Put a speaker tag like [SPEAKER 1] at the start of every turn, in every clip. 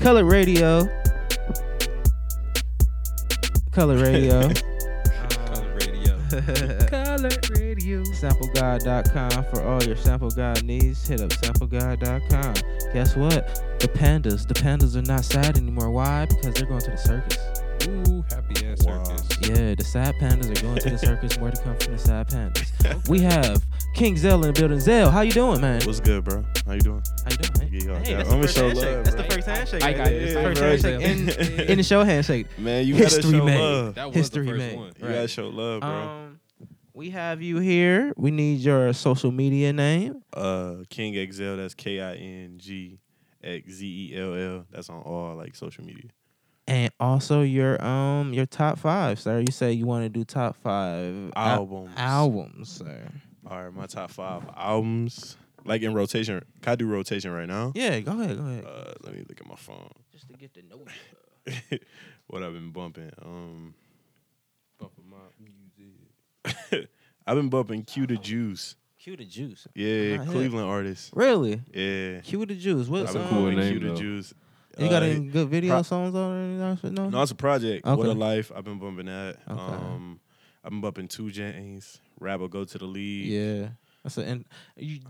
[SPEAKER 1] Color Radio. Color Radio.
[SPEAKER 2] Color radio.
[SPEAKER 1] Color Radio. SampleGuy.com for all your sample guide needs. Hit up sampleguy.com. Guess what? The pandas. The pandas are not sad anymore. Why? Because they're going to the circus.
[SPEAKER 2] Ooh, happy ass
[SPEAKER 3] Wow.
[SPEAKER 2] circus.
[SPEAKER 1] Yeah, the sad pandas are going to the circus. More to come from the sad pandas. We have King Zell in the building. Zell, how you doing, man?
[SPEAKER 3] What's good, bro? How you doing?
[SPEAKER 1] How you doing?
[SPEAKER 3] Yeah,
[SPEAKER 1] man?
[SPEAKER 3] y'all
[SPEAKER 1] Hey,
[SPEAKER 3] got-
[SPEAKER 1] that's
[SPEAKER 3] I'ma
[SPEAKER 1] the first
[SPEAKER 3] show
[SPEAKER 1] handshake.
[SPEAKER 3] love,
[SPEAKER 1] That's
[SPEAKER 3] bro.
[SPEAKER 1] the first handshake.
[SPEAKER 2] I
[SPEAKER 1] right
[SPEAKER 2] got
[SPEAKER 1] there.
[SPEAKER 2] this.
[SPEAKER 1] First
[SPEAKER 3] Right.
[SPEAKER 1] handshake. In, in the show handshake.
[SPEAKER 3] Man, you
[SPEAKER 1] History
[SPEAKER 3] gotta show
[SPEAKER 1] made.
[SPEAKER 3] love.
[SPEAKER 2] That was
[SPEAKER 1] History
[SPEAKER 2] the first
[SPEAKER 1] made.
[SPEAKER 2] one.
[SPEAKER 3] You
[SPEAKER 1] Right.
[SPEAKER 3] gotta show love, bro.
[SPEAKER 1] Um, we have you here. We need your social media name.
[SPEAKER 3] uh, King XL. That's K I N G X Z E L L. That's on all like social media.
[SPEAKER 1] And also your um your top five, sir. You say you want to do top five al-
[SPEAKER 3] Albums.
[SPEAKER 1] albums, sir.
[SPEAKER 3] All right, my top five albums. Like in rotation. Can I do rotation right now?
[SPEAKER 1] Yeah, go ahead, go ahead.
[SPEAKER 3] Uh, let me look at my phone.
[SPEAKER 1] Just to get to know you.
[SPEAKER 3] what I've been bumping. Um,
[SPEAKER 2] Bumping my music.
[SPEAKER 3] I've been bumping Q the Juice.
[SPEAKER 1] Cue the juice.
[SPEAKER 3] Yeah,
[SPEAKER 1] Nah, hit.
[SPEAKER 3] Cleveland artist.
[SPEAKER 1] Really?
[SPEAKER 3] Yeah.
[SPEAKER 1] Cue Ah, the juice. What's
[SPEAKER 3] I've been
[SPEAKER 1] um,
[SPEAKER 2] cool
[SPEAKER 3] bumping
[SPEAKER 2] name,
[SPEAKER 3] Q the
[SPEAKER 2] though.
[SPEAKER 3] Juice.
[SPEAKER 1] You got
[SPEAKER 3] Uh,
[SPEAKER 1] any good video
[SPEAKER 3] pro-
[SPEAKER 1] songs on or anything? No.
[SPEAKER 3] No, it's a project. What a
[SPEAKER 1] Mm-hmm. Okay.
[SPEAKER 3] life. I've been bumping that.
[SPEAKER 1] Okay.
[SPEAKER 3] Um, I've been bumping two James. Rap will go to the league.
[SPEAKER 1] Yeah, that's a, and you.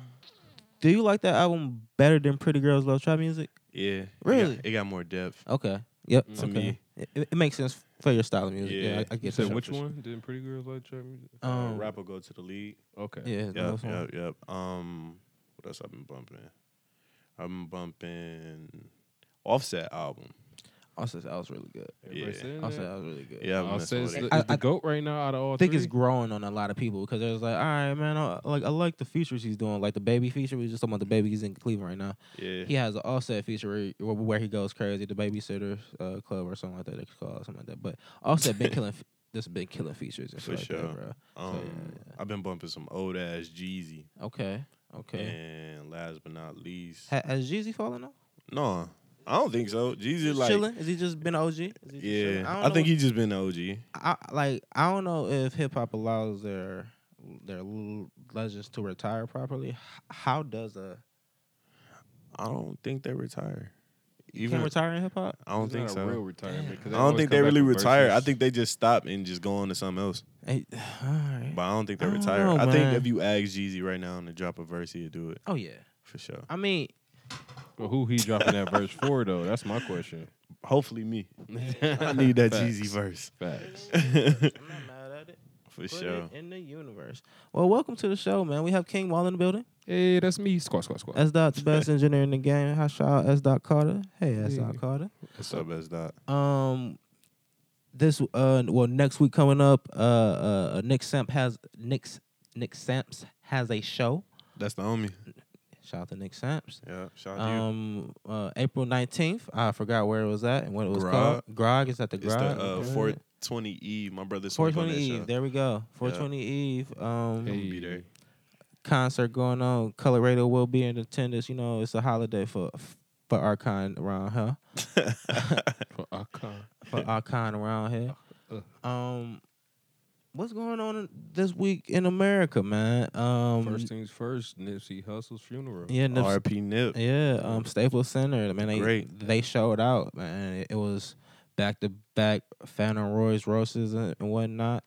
[SPEAKER 1] Do you like that album better than Pretty Girls Love Trap Music?
[SPEAKER 3] Yeah. It got-
[SPEAKER 1] Really?
[SPEAKER 3] It got, more depth.
[SPEAKER 1] Okay. Yep.
[SPEAKER 3] To
[SPEAKER 1] okay.
[SPEAKER 3] me.
[SPEAKER 1] It, it makes sense for your style of music. Yeah,
[SPEAKER 3] Mm. Yeah.
[SPEAKER 1] I, I
[SPEAKER 2] You
[SPEAKER 1] get
[SPEAKER 2] said
[SPEAKER 1] that.
[SPEAKER 2] which
[SPEAKER 3] for sure.
[SPEAKER 2] one? Didn't Pretty Girls Like Trap Music?
[SPEAKER 3] Uh,
[SPEAKER 1] Um,
[SPEAKER 3] rap will go to the league.
[SPEAKER 2] Okay.
[SPEAKER 1] Yeah. it's the
[SPEAKER 3] Yep,
[SPEAKER 1] most one.
[SPEAKER 3] yep, yep. Um, what else I've been bumping? I've been bumping Offset album.
[SPEAKER 1] Also, that was really good.
[SPEAKER 2] Everybody
[SPEAKER 3] Yeah.
[SPEAKER 2] saying
[SPEAKER 1] Also,
[SPEAKER 2] that?
[SPEAKER 1] that was really good.
[SPEAKER 3] Yeah, I've been
[SPEAKER 2] I'll
[SPEAKER 3] messing
[SPEAKER 2] say it's
[SPEAKER 3] with
[SPEAKER 2] the,
[SPEAKER 3] it.
[SPEAKER 1] I-
[SPEAKER 2] it's the
[SPEAKER 1] I-
[SPEAKER 2] goat right now out of all
[SPEAKER 1] I think
[SPEAKER 2] three.
[SPEAKER 1] it's growing on a lot of people because there's like, all right, man, I, like I like the features he's doing, like the baby feature. We was just talking about the baby. He's in Cleveland right now.
[SPEAKER 3] Yeah.
[SPEAKER 1] He has an offset feature where he, where- where he goes crazy, the babysitter uh, club or something like that. It's called something like that. But offset been killing. f- This been killing features and
[SPEAKER 3] For
[SPEAKER 1] shit like
[SPEAKER 3] sure.
[SPEAKER 1] that, bro.
[SPEAKER 3] Um,
[SPEAKER 1] Oh, yeah.
[SPEAKER 3] I've been bumping some old ass Jeezy.
[SPEAKER 1] Okay, okay.
[SPEAKER 3] And last but not least,
[SPEAKER 1] Ha- has Jeezy fallen off?
[SPEAKER 3] no, I don't think so. Jeezy
[SPEAKER 1] Just
[SPEAKER 3] like,
[SPEAKER 1] chilling? Is he just been OG? Is he just
[SPEAKER 3] yeah,
[SPEAKER 1] chilling?
[SPEAKER 3] I,
[SPEAKER 1] don't know
[SPEAKER 3] think he's just been the OG.
[SPEAKER 1] I like I don't know if hip hop allows their their l- legends to retire properly. H- How does a
[SPEAKER 3] I don't think they retire.
[SPEAKER 1] you can
[SPEAKER 3] Even
[SPEAKER 1] retire in hip hop?
[SPEAKER 3] I don't
[SPEAKER 2] It's
[SPEAKER 3] think
[SPEAKER 2] not a
[SPEAKER 3] so.
[SPEAKER 2] real retirement,
[SPEAKER 1] Damn.
[SPEAKER 2] 'cause
[SPEAKER 3] I don't
[SPEAKER 2] always
[SPEAKER 3] think
[SPEAKER 2] come
[SPEAKER 3] they
[SPEAKER 2] back
[SPEAKER 3] really
[SPEAKER 2] with
[SPEAKER 3] retire. I
[SPEAKER 2] verses.
[SPEAKER 3] think they just stop and just go on to something else.
[SPEAKER 1] Hey, all right.
[SPEAKER 3] But I don't think they
[SPEAKER 1] I don't
[SPEAKER 3] retire.
[SPEAKER 1] know,
[SPEAKER 3] I think
[SPEAKER 1] man.
[SPEAKER 3] if you ask Jeezy right now and to drop a verse, he'd do it
[SPEAKER 1] Oh yeah.
[SPEAKER 3] for sure.
[SPEAKER 1] I mean,
[SPEAKER 2] But who he dropping that verse for though? That's my question.
[SPEAKER 3] Hopefully, me. I need that
[SPEAKER 2] Facts.
[SPEAKER 3] Jeezy verse
[SPEAKER 2] Facts.
[SPEAKER 1] I'm not mad at it.
[SPEAKER 3] for sure.
[SPEAKER 1] in the universe. Well, welcome to the show, man. We have King Wall in the building.
[SPEAKER 2] Hey, that's me. Squat, squat, squat.
[SPEAKER 1] S dot the best engineer in the game. How shout out S dot Carter. Hey S dot
[SPEAKER 2] Yeah.
[SPEAKER 1] Carter.
[SPEAKER 3] What's up, best dot?
[SPEAKER 1] Um, this uh well next week coming up. Uh, uh Nick Samp has Nick's Nick Samps has a show.
[SPEAKER 3] That's the homie.
[SPEAKER 1] Shout out to Nick Samps.
[SPEAKER 3] Yeah, shout out to you.
[SPEAKER 1] Um, uh, April nineteenth. I forgot where it was at and what it was
[SPEAKER 3] Grog.
[SPEAKER 1] called. Grog is at the
[SPEAKER 3] It's
[SPEAKER 1] Grog.
[SPEAKER 3] the uh, 420 Eve. My brother's
[SPEAKER 1] Four
[SPEAKER 3] on that
[SPEAKER 1] twenty E, Eve.
[SPEAKER 3] show.
[SPEAKER 1] There we go. Four twenty Eve. Um,
[SPEAKER 3] I'ma be there.
[SPEAKER 1] concert going on. Colorado will be in attendance. You know, it's a holiday for for our kind around here.
[SPEAKER 2] For Akon.
[SPEAKER 1] For our kind around here. Um, what's going on in- this week in America, man? Um,
[SPEAKER 2] First things first, Nipsey Hussle's funeral.
[SPEAKER 1] yeah, Nipsey-
[SPEAKER 3] R.P. Nip.
[SPEAKER 1] Yeah, um, Staples Center. Man, they
[SPEAKER 3] Great.
[SPEAKER 1] they showed out. Man, it, it was back to back Phantom Royce Roses and, and whatnot.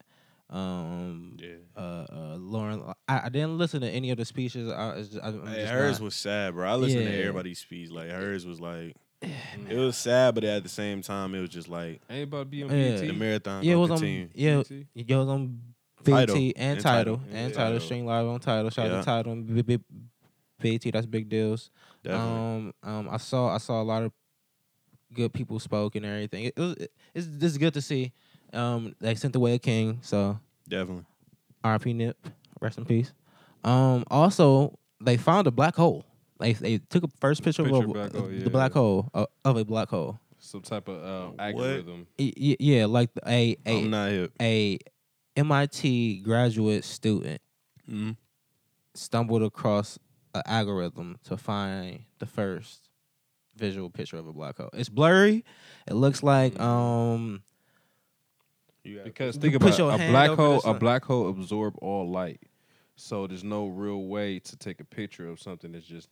[SPEAKER 1] Um,
[SPEAKER 3] Yeah.
[SPEAKER 1] uh, uh, Lauren, I, I didn't listen to any of the speeches. I, it's just, I, am
[SPEAKER 3] Hey,
[SPEAKER 1] just
[SPEAKER 3] hers
[SPEAKER 1] not-
[SPEAKER 3] was sad, bro. I listened
[SPEAKER 1] Yeah.
[SPEAKER 3] to everybody's speech. Like hers was like, it was sad, but at the same time, it was just like
[SPEAKER 2] Ain't about to be on
[SPEAKER 1] Yeah.
[SPEAKER 2] BT.
[SPEAKER 3] the marathon.
[SPEAKER 1] yeah, it
[SPEAKER 3] gonna
[SPEAKER 1] was um,
[SPEAKER 3] continue.
[SPEAKER 1] on yeah,
[SPEAKER 2] BT?
[SPEAKER 1] it was on
[SPEAKER 3] Tidal.
[SPEAKER 1] BT and
[SPEAKER 3] And
[SPEAKER 1] title
[SPEAKER 3] Tidal.
[SPEAKER 1] and
[SPEAKER 3] Yeah.
[SPEAKER 1] title stream live on title. Shout out
[SPEAKER 3] Yeah.
[SPEAKER 1] to title and B- B- BT. That's big deals.
[SPEAKER 3] Definitely.
[SPEAKER 1] Um, um, I saw I saw a lot of good people spoke and everything. It, was it, it's just good to see. Um, they sent away a king, so
[SPEAKER 3] Definitely.
[SPEAKER 1] R.P. Nip, rest in peace. Um, also they found a black hole. They they took a first picture,
[SPEAKER 2] Picture
[SPEAKER 1] of a,
[SPEAKER 2] black hole,
[SPEAKER 1] the
[SPEAKER 2] yeah.
[SPEAKER 1] black hole uh, of a black hole.
[SPEAKER 2] Some type of
[SPEAKER 3] What?
[SPEAKER 2] uh, algorithm.
[SPEAKER 1] Y- y- yeah, like a
[SPEAKER 3] I'm
[SPEAKER 1] a
[SPEAKER 3] not hip.
[SPEAKER 1] a MIT graduate student mm-hmm.
[SPEAKER 3] Mm.
[SPEAKER 1] stumbled across an algorithm to find the first visual picture of a black hole. It's blurry. It looks like
[SPEAKER 3] Mm.
[SPEAKER 2] Mhm.
[SPEAKER 1] um
[SPEAKER 2] Because
[SPEAKER 1] You
[SPEAKER 2] think
[SPEAKER 1] put
[SPEAKER 2] about it,
[SPEAKER 1] your
[SPEAKER 2] a
[SPEAKER 1] hand
[SPEAKER 2] black
[SPEAKER 1] over
[SPEAKER 2] hole.
[SPEAKER 1] the
[SPEAKER 2] A
[SPEAKER 1] sun.
[SPEAKER 2] black hole absorb all light, so there's no real way to take a picture of something that's just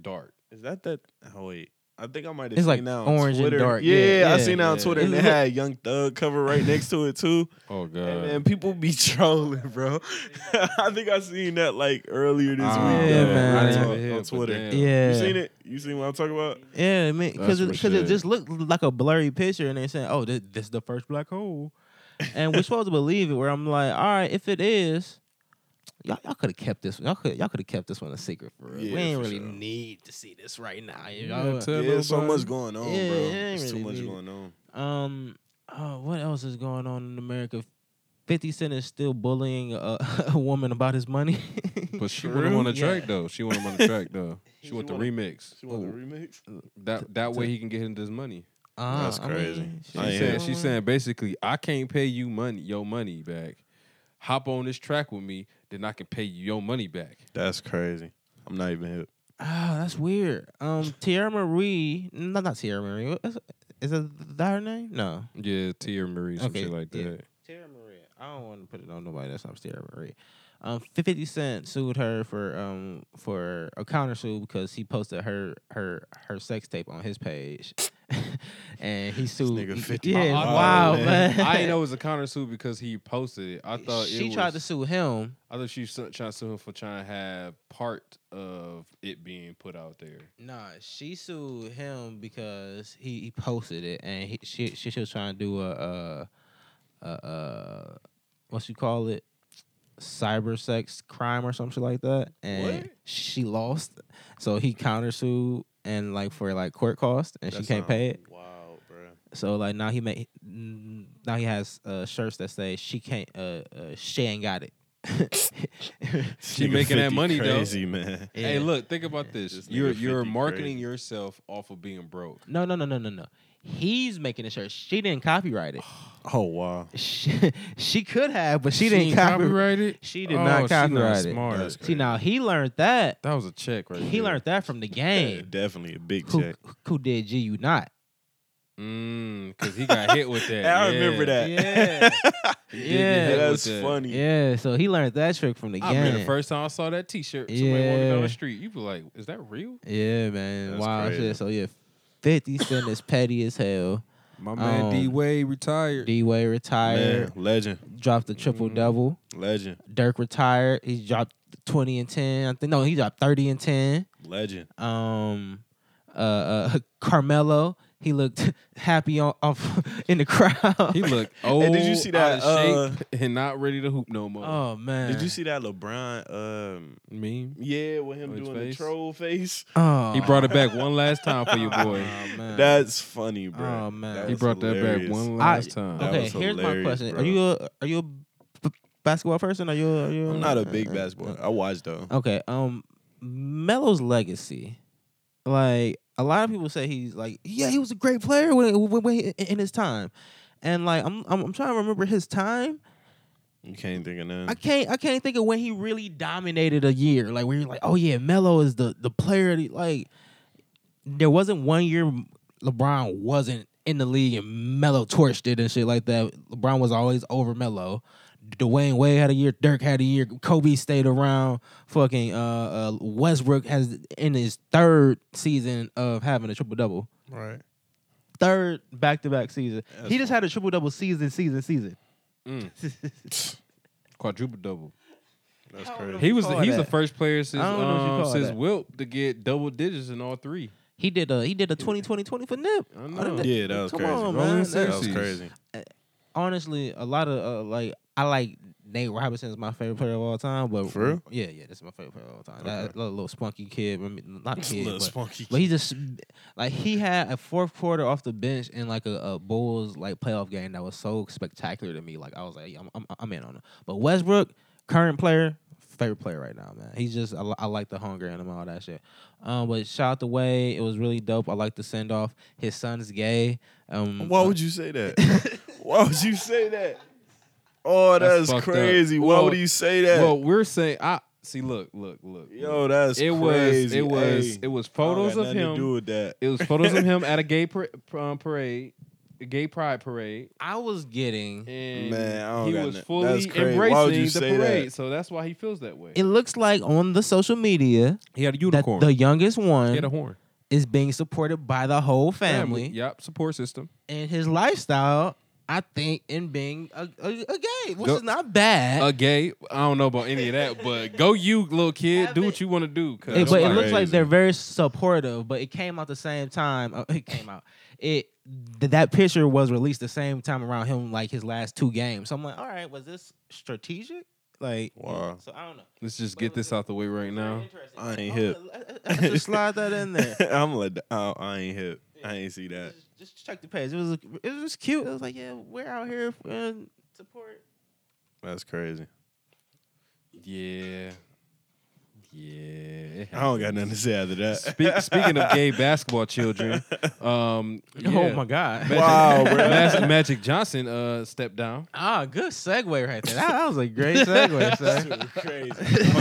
[SPEAKER 2] dark.
[SPEAKER 3] Is that that? Oh wait, I think I might have
[SPEAKER 1] It's
[SPEAKER 3] seen
[SPEAKER 1] like
[SPEAKER 3] that on
[SPEAKER 1] orange and
[SPEAKER 3] Twitter.
[SPEAKER 1] dark.
[SPEAKER 3] Yeah,
[SPEAKER 1] Yeah, yeah,
[SPEAKER 3] I seen that on
[SPEAKER 2] yeah.
[SPEAKER 3] Twitter, and
[SPEAKER 1] It
[SPEAKER 3] they
[SPEAKER 1] look-
[SPEAKER 3] had Young Thug cover right next to it too.
[SPEAKER 2] Oh god.
[SPEAKER 3] And then people be trolling, bro. I think I seen that like earlier this
[SPEAKER 2] Ah,
[SPEAKER 3] week.
[SPEAKER 1] Yeah,
[SPEAKER 3] though,
[SPEAKER 1] man. I
[SPEAKER 3] on
[SPEAKER 1] didn't
[SPEAKER 3] Twi-
[SPEAKER 2] even hear
[SPEAKER 3] on
[SPEAKER 2] it, but
[SPEAKER 3] Twitter.
[SPEAKER 2] damn.
[SPEAKER 1] Yeah.
[SPEAKER 3] You seen it? You seen what I'm talking about?
[SPEAKER 1] Yeah, I mean, because
[SPEAKER 2] That's
[SPEAKER 1] it,
[SPEAKER 2] what
[SPEAKER 1] 'cause it
[SPEAKER 2] shit.
[SPEAKER 1] just looked like a blurry picture, and they're saying, "Oh, this, this the first black hole," and we're supposed to believe it. Where I'm like, "All right, if it is, y'all, y'all could have kept this. Y'all could y'all could have kept this one a secret for real.
[SPEAKER 3] Yeah,
[SPEAKER 1] we ain't
[SPEAKER 3] for
[SPEAKER 1] really
[SPEAKER 3] sure.
[SPEAKER 1] need to see this right now. You
[SPEAKER 2] Yeah,
[SPEAKER 1] know?
[SPEAKER 2] tell
[SPEAKER 3] Yeah, there's so
[SPEAKER 2] nobody.
[SPEAKER 3] much going on,
[SPEAKER 1] Yeah,
[SPEAKER 3] bro.
[SPEAKER 1] yeah,
[SPEAKER 3] There's
[SPEAKER 1] really
[SPEAKER 3] too much
[SPEAKER 1] need it.
[SPEAKER 3] going on.
[SPEAKER 1] Um, oh, what else is going on in America? Fifty Cent is still bullying a, a woman about his money.
[SPEAKER 2] But she
[SPEAKER 3] For
[SPEAKER 2] want him
[SPEAKER 3] real?
[SPEAKER 2] on the
[SPEAKER 1] Yeah.
[SPEAKER 2] track though. She want him on the track though. She
[SPEAKER 3] She
[SPEAKER 2] want the
[SPEAKER 3] wanna-
[SPEAKER 2] remix.
[SPEAKER 3] She want the
[SPEAKER 1] Ooh.
[SPEAKER 3] remix?
[SPEAKER 2] That that way he can get into his money.
[SPEAKER 1] Ah,
[SPEAKER 3] That's
[SPEAKER 1] she
[SPEAKER 3] crazy. I
[SPEAKER 2] She's
[SPEAKER 3] ain't
[SPEAKER 1] said
[SPEAKER 3] hear
[SPEAKER 2] saying,
[SPEAKER 3] it.
[SPEAKER 1] one
[SPEAKER 2] she's
[SPEAKER 1] way.
[SPEAKER 2] saying basically, I can't pay you money, your money back. Hop on this track with me, then I can pay you your money back.
[SPEAKER 3] That's crazy. I'm not even hip.
[SPEAKER 1] Oh, that's weird. Um, Tierra Marie, no, not Tierra Marie. What- Is, is that that her name? No,
[SPEAKER 2] Yeah, Tia Marie, some
[SPEAKER 1] Okay,
[SPEAKER 2] shit like
[SPEAKER 1] yeah.
[SPEAKER 2] that.
[SPEAKER 1] Tierra Marie. I don't want to put it on nobody. That's not Tierra Marie. Um, Fifty Cent sued her for um for a counter sue because he posted her her her sex tape on his page, and he sued.
[SPEAKER 3] nigga
[SPEAKER 1] he-
[SPEAKER 3] 50.
[SPEAKER 1] yeah,
[SPEAKER 2] I- I-
[SPEAKER 1] wow,
[SPEAKER 3] man.
[SPEAKER 1] man.
[SPEAKER 2] I didn't know it was a counter suit because he posted it. I thought
[SPEAKER 1] she
[SPEAKER 2] it
[SPEAKER 1] tried to
[SPEAKER 2] was-
[SPEAKER 1] sue him.
[SPEAKER 2] I thought she was trying to sue him for trying to have part of it being put out there.
[SPEAKER 1] Nah, she sued him because he, he posted it, and he, she, she she was trying to do a uh uh, uh what you call it cyber sex crime or something like that, and
[SPEAKER 2] What?
[SPEAKER 1] she lost, so he countersued and like for like court cost, and she can't pay it.
[SPEAKER 3] Wow, bro.
[SPEAKER 1] So like now he made now he has uh, shirts that say she can't uh, uh she ain't got it.
[SPEAKER 2] She making that money, though.
[SPEAKER 3] crazy, man.
[SPEAKER 1] Yeah.
[SPEAKER 2] Hey, look, think about this.
[SPEAKER 3] This nigga
[SPEAKER 2] you're you're
[SPEAKER 3] 50
[SPEAKER 2] marketing
[SPEAKER 3] crazy.
[SPEAKER 2] yourself off of being broke.
[SPEAKER 1] No, no, no, no, no, no. He's making the shirt. She didn't copyright it.
[SPEAKER 3] Oh wow.
[SPEAKER 1] She, she could have, but she, didn't copyright.
[SPEAKER 2] it.
[SPEAKER 1] She did not copyright it.
[SPEAKER 3] That's
[SPEAKER 1] See,
[SPEAKER 3] crazy.
[SPEAKER 1] now he learned that.
[SPEAKER 2] That was a check right
[SPEAKER 1] He learned that from the
[SPEAKER 3] Yeah,
[SPEAKER 1] game.
[SPEAKER 3] definitely a big
[SPEAKER 1] Who,
[SPEAKER 3] check.
[SPEAKER 1] who did G? You not?
[SPEAKER 2] Mm, cause he got hit with that.
[SPEAKER 3] I remember
[SPEAKER 2] yeah.
[SPEAKER 3] that.
[SPEAKER 1] Yeah.
[SPEAKER 3] He did get
[SPEAKER 1] Yeah.
[SPEAKER 3] hit
[SPEAKER 2] With
[SPEAKER 3] That's
[SPEAKER 2] that.
[SPEAKER 3] funny.
[SPEAKER 1] Yeah. So he learned that trick from the
[SPEAKER 2] I
[SPEAKER 1] game.
[SPEAKER 2] remember the first time I saw that T-shirt. Somebody walking down
[SPEAKER 1] Yeah.
[SPEAKER 2] the street. You be like, "Is that real?"
[SPEAKER 1] yeah, man.
[SPEAKER 3] That's
[SPEAKER 1] wow.
[SPEAKER 3] crazy.
[SPEAKER 1] Shit. So yeah, Fifty Cent is petty as hell.
[SPEAKER 2] My
[SPEAKER 1] man Um, D.
[SPEAKER 2] Wade retired.
[SPEAKER 1] D Way retired.
[SPEAKER 3] Man, legend,
[SPEAKER 1] Dropped the triple double.
[SPEAKER 3] legend,
[SPEAKER 1] Dirk retired. He dropped twenty and ten. I think no, he dropped thirty and ten.
[SPEAKER 3] legend.
[SPEAKER 1] um uh, uh Carmelo. He looked happy on, off in the crowd.
[SPEAKER 2] he looked old.
[SPEAKER 3] did you see that, uh,
[SPEAKER 2] Out of shape and not ready to hoop no more.
[SPEAKER 1] oh man.
[SPEAKER 3] Did you see that LeBron? Um,
[SPEAKER 2] Meme.
[SPEAKER 3] yeah, with him
[SPEAKER 2] Oh, his
[SPEAKER 3] doing
[SPEAKER 2] face?
[SPEAKER 3] the troll face.
[SPEAKER 1] Oh,
[SPEAKER 2] He brought it back one last time for you,
[SPEAKER 1] Oh,
[SPEAKER 2] boy.
[SPEAKER 1] man.
[SPEAKER 3] That's funny, bro.
[SPEAKER 1] Oh, man.
[SPEAKER 3] That
[SPEAKER 2] he
[SPEAKER 3] was
[SPEAKER 2] brought that back
[SPEAKER 3] hilarious.
[SPEAKER 2] one
[SPEAKER 1] I-
[SPEAKER 2] last time.
[SPEAKER 3] That
[SPEAKER 1] okay.
[SPEAKER 3] was
[SPEAKER 1] Here's my
[SPEAKER 3] hilarious,
[SPEAKER 1] question:
[SPEAKER 3] bro.
[SPEAKER 1] Are you a are you a b- basketball person? Are you? A, are you
[SPEAKER 3] I'm not a big basketball. I watched though.
[SPEAKER 1] Okay. Um, Melo's legacy, like a lot of people say he's like, yeah, he was a great player when, when, when he- in his time, and like I'm, I'm I'm trying to remember his time.
[SPEAKER 3] You can't think of
[SPEAKER 1] I
[SPEAKER 3] nothing.
[SPEAKER 1] can't I can't think of when he really dominated a year. Like when you're like, oh yeah, Melo is the the player. that- Like there wasn't one year LeBron wasn't in the league and Melo torched it and shit like that. LeBron was always over Melo. Dwayne Wade had a year. Dirk had a year. Kobe stayed around. Fucking uh, uh, Westbrook has in his third season of having a triple double.
[SPEAKER 3] Right.
[SPEAKER 1] Third back to back season.
[SPEAKER 3] That's
[SPEAKER 1] he just had a triple double season, season, season.
[SPEAKER 2] Mm, quadruple double.
[SPEAKER 3] That's
[SPEAKER 1] Hell
[SPEAKER 3] crazy.
[SPEAKER 1] no.
[SPEAKER 2] He was
[SPEAKER 1] call
[SPEAKER 2] he was the
[SPEAKER 1] that?
[SPEAKER 2] first player since
[SPEAKER 1] I don't know what you
[SPEAKER 2] um,
[SPEAKER 1] call
[SPEAKER 2] since
[SPEAKER 1] that.
[SPEAKER 2] Wilt to get double digits in all three.
[SPEAKER 1] He did a he did a 20-20-20 for Nip.
[SPEAKER 2] I know.
[SPEAKER 3] Yeah, that was
[SPEAKER 1] Come
[SPEAKER 3] crazy.
[SPEAKER 1] on,
[SPEAKER 2] Rolling
[SPEAKER 1] man.
[SPEAKER 2] Sixes.
[SPEAKER 3] That
[SPEAKER 1] That's-
[SPEAKER 3] was
[SPEAKER 2] Sixes.
[SPEAKER 3] crazy.
[SPEAKER 1] honestly, a lot of uh, like I like Nate Robinson is my favorite player of all time. But
[SPEAKER 3] For real?
[SPEAKER 1] yeah, yeah, this is my favorite player of all time.
[SPEAKER 3] Okay.
[SPEAKER 1] That little, little spunky kid, I mean, not kid,
[SPEAKER 3] Little
[SPEAKER 1] but,
[SPEAKER 3] spunky.
[SPEAKER 1] but he just like he had a fourth quarter off the bench in like a, a Bulls like playoff game that was so spectacular to me. Like I was like, yeah, I'm, I'm, I'm in on it. But Westbrook, current player, favorite player right now, man. He's just I, li- I like the hunger in him, all that shit. Um, but shout out the way, it was really dope. I like the send off. His son's gay. Um,
[SPEAKER 3] Why would you say that? Why would you say that? Oh,
[SPEAKER 2] That's
[SPEAKER 3] that's,
[SPEAKER 2] fucked up.
[SPEAKER 3] crazy. Why
[SPEAKER 2] Well-
[SPEAKER 3] would you say that?
[SPEAKER 2] Well, we're saying I see. Look, look, look.
[SPEAKER 3] Yo, that's
[SPEAKER 2] it was
[SPEAKER 3] crazy.
[SPEAKER 2] it was
[SPEAKER 3] Hey,
[SPEAKER 2] it was
[SPEAKER 3] I don't
[SPEAKER 2] photos
[SPEAKER 3] got
[SPEAKER 2] of
[SPEAKER 3] nothing To do
[SPEAKER 2] him.
[SPEAKER 3] with that.
[SPEAKER 2] It was photos of him at a gay par- um, parade, a gay pride parade,
[SPEAKER 1] I was getting.
[SPEAKER 2] and
[SPEAKER 3] Man, I don't
[SPEAKER 2] he
[SPEAKER 3] got
[SPEAKER 2] was
[SPEAKER 3] nothing.
[SPEAKER 2] fully
[SPEAKER 3] That's crazy.
[SPEAKER 2] embracing
[SPEAKER 3] Why would you
[SPEAKER 2] the
[SPEAKER 3] say that?
[SPEAKER 2] parade. So that's why he feels that way.
[SPEAKER 1] It looks like on the social media
[SPEAKER 2] He had a
[SPEAKER 1] that the youngest one
[SPEAKER 2] horn.
[SPEAKER 1] is being supported by the whole family,
[SPEAKER 2] Yep. Support system.
[SPEAKER 1] and his lifestyle. I think in being a, a, a gay, which
[SPEAKER 2] Go-
[SPEAKER 1] is not
[SPEAKER 3] Oh,
[SPEAKER 1] bad.
[SPEAKER 2] A gay. I don't know about any of that, but go you, little kid.
[SPEAKER 1] Have
[SPEAKER 2] Do
[SPEAKER 1] it.
[SPEAKER 2] what you want to do. Cause
[SPEAKER 1] It- but it
[SPEAKER 3] That's
[SPEAKER 1] looks like
[SPEAKER 3] crazy.
[SPEAKER 1] they're very supportive. But it came out the same time. uh, it came out. It th- that picture was released the same time around him, like his last two games. So I'm like, all right, was this strategic? Like,
[SPEAKER 3] Wow.
[SPEAKER 1] so I don't know. Oh,
[SPEAKER 2] let's just get this out the way right now.
[SPEAKER 3] I ain't
[SPEAKER 1] hip.
[SPEAKER 3] hip.
[SPEAKER 1] Just slide that in there.
[SPEAKER 3] I'm like, oh, I ain't hip. I ain't see that.
[SPEAKER 1] Just, just check the page. It was it was cute. It was like, yeah, we're out here uh, and support.
[SPEAKER 3] That's crazy.
[SPEAKER 2] Yeah. Yeah.
[SPEAKER 3] I don't got nothing to say after that.
[SPEAKER 2] Speak, speaking of gay basketball children, um,
[SPEAKER 1] Oh
[SPEAKER 2] yeah.
[SPEAKER 1] god.
[SPEAKER 2] Magic,
[SPEAKER 3] Wow, bro.
[SPEAKER 2] Mas- Magic Johnson uh, stepped down.
[SPEAKER 1] Ah, good segue right there. That, that was a great segue, sir.
[SPEAKER 3] That's crazy.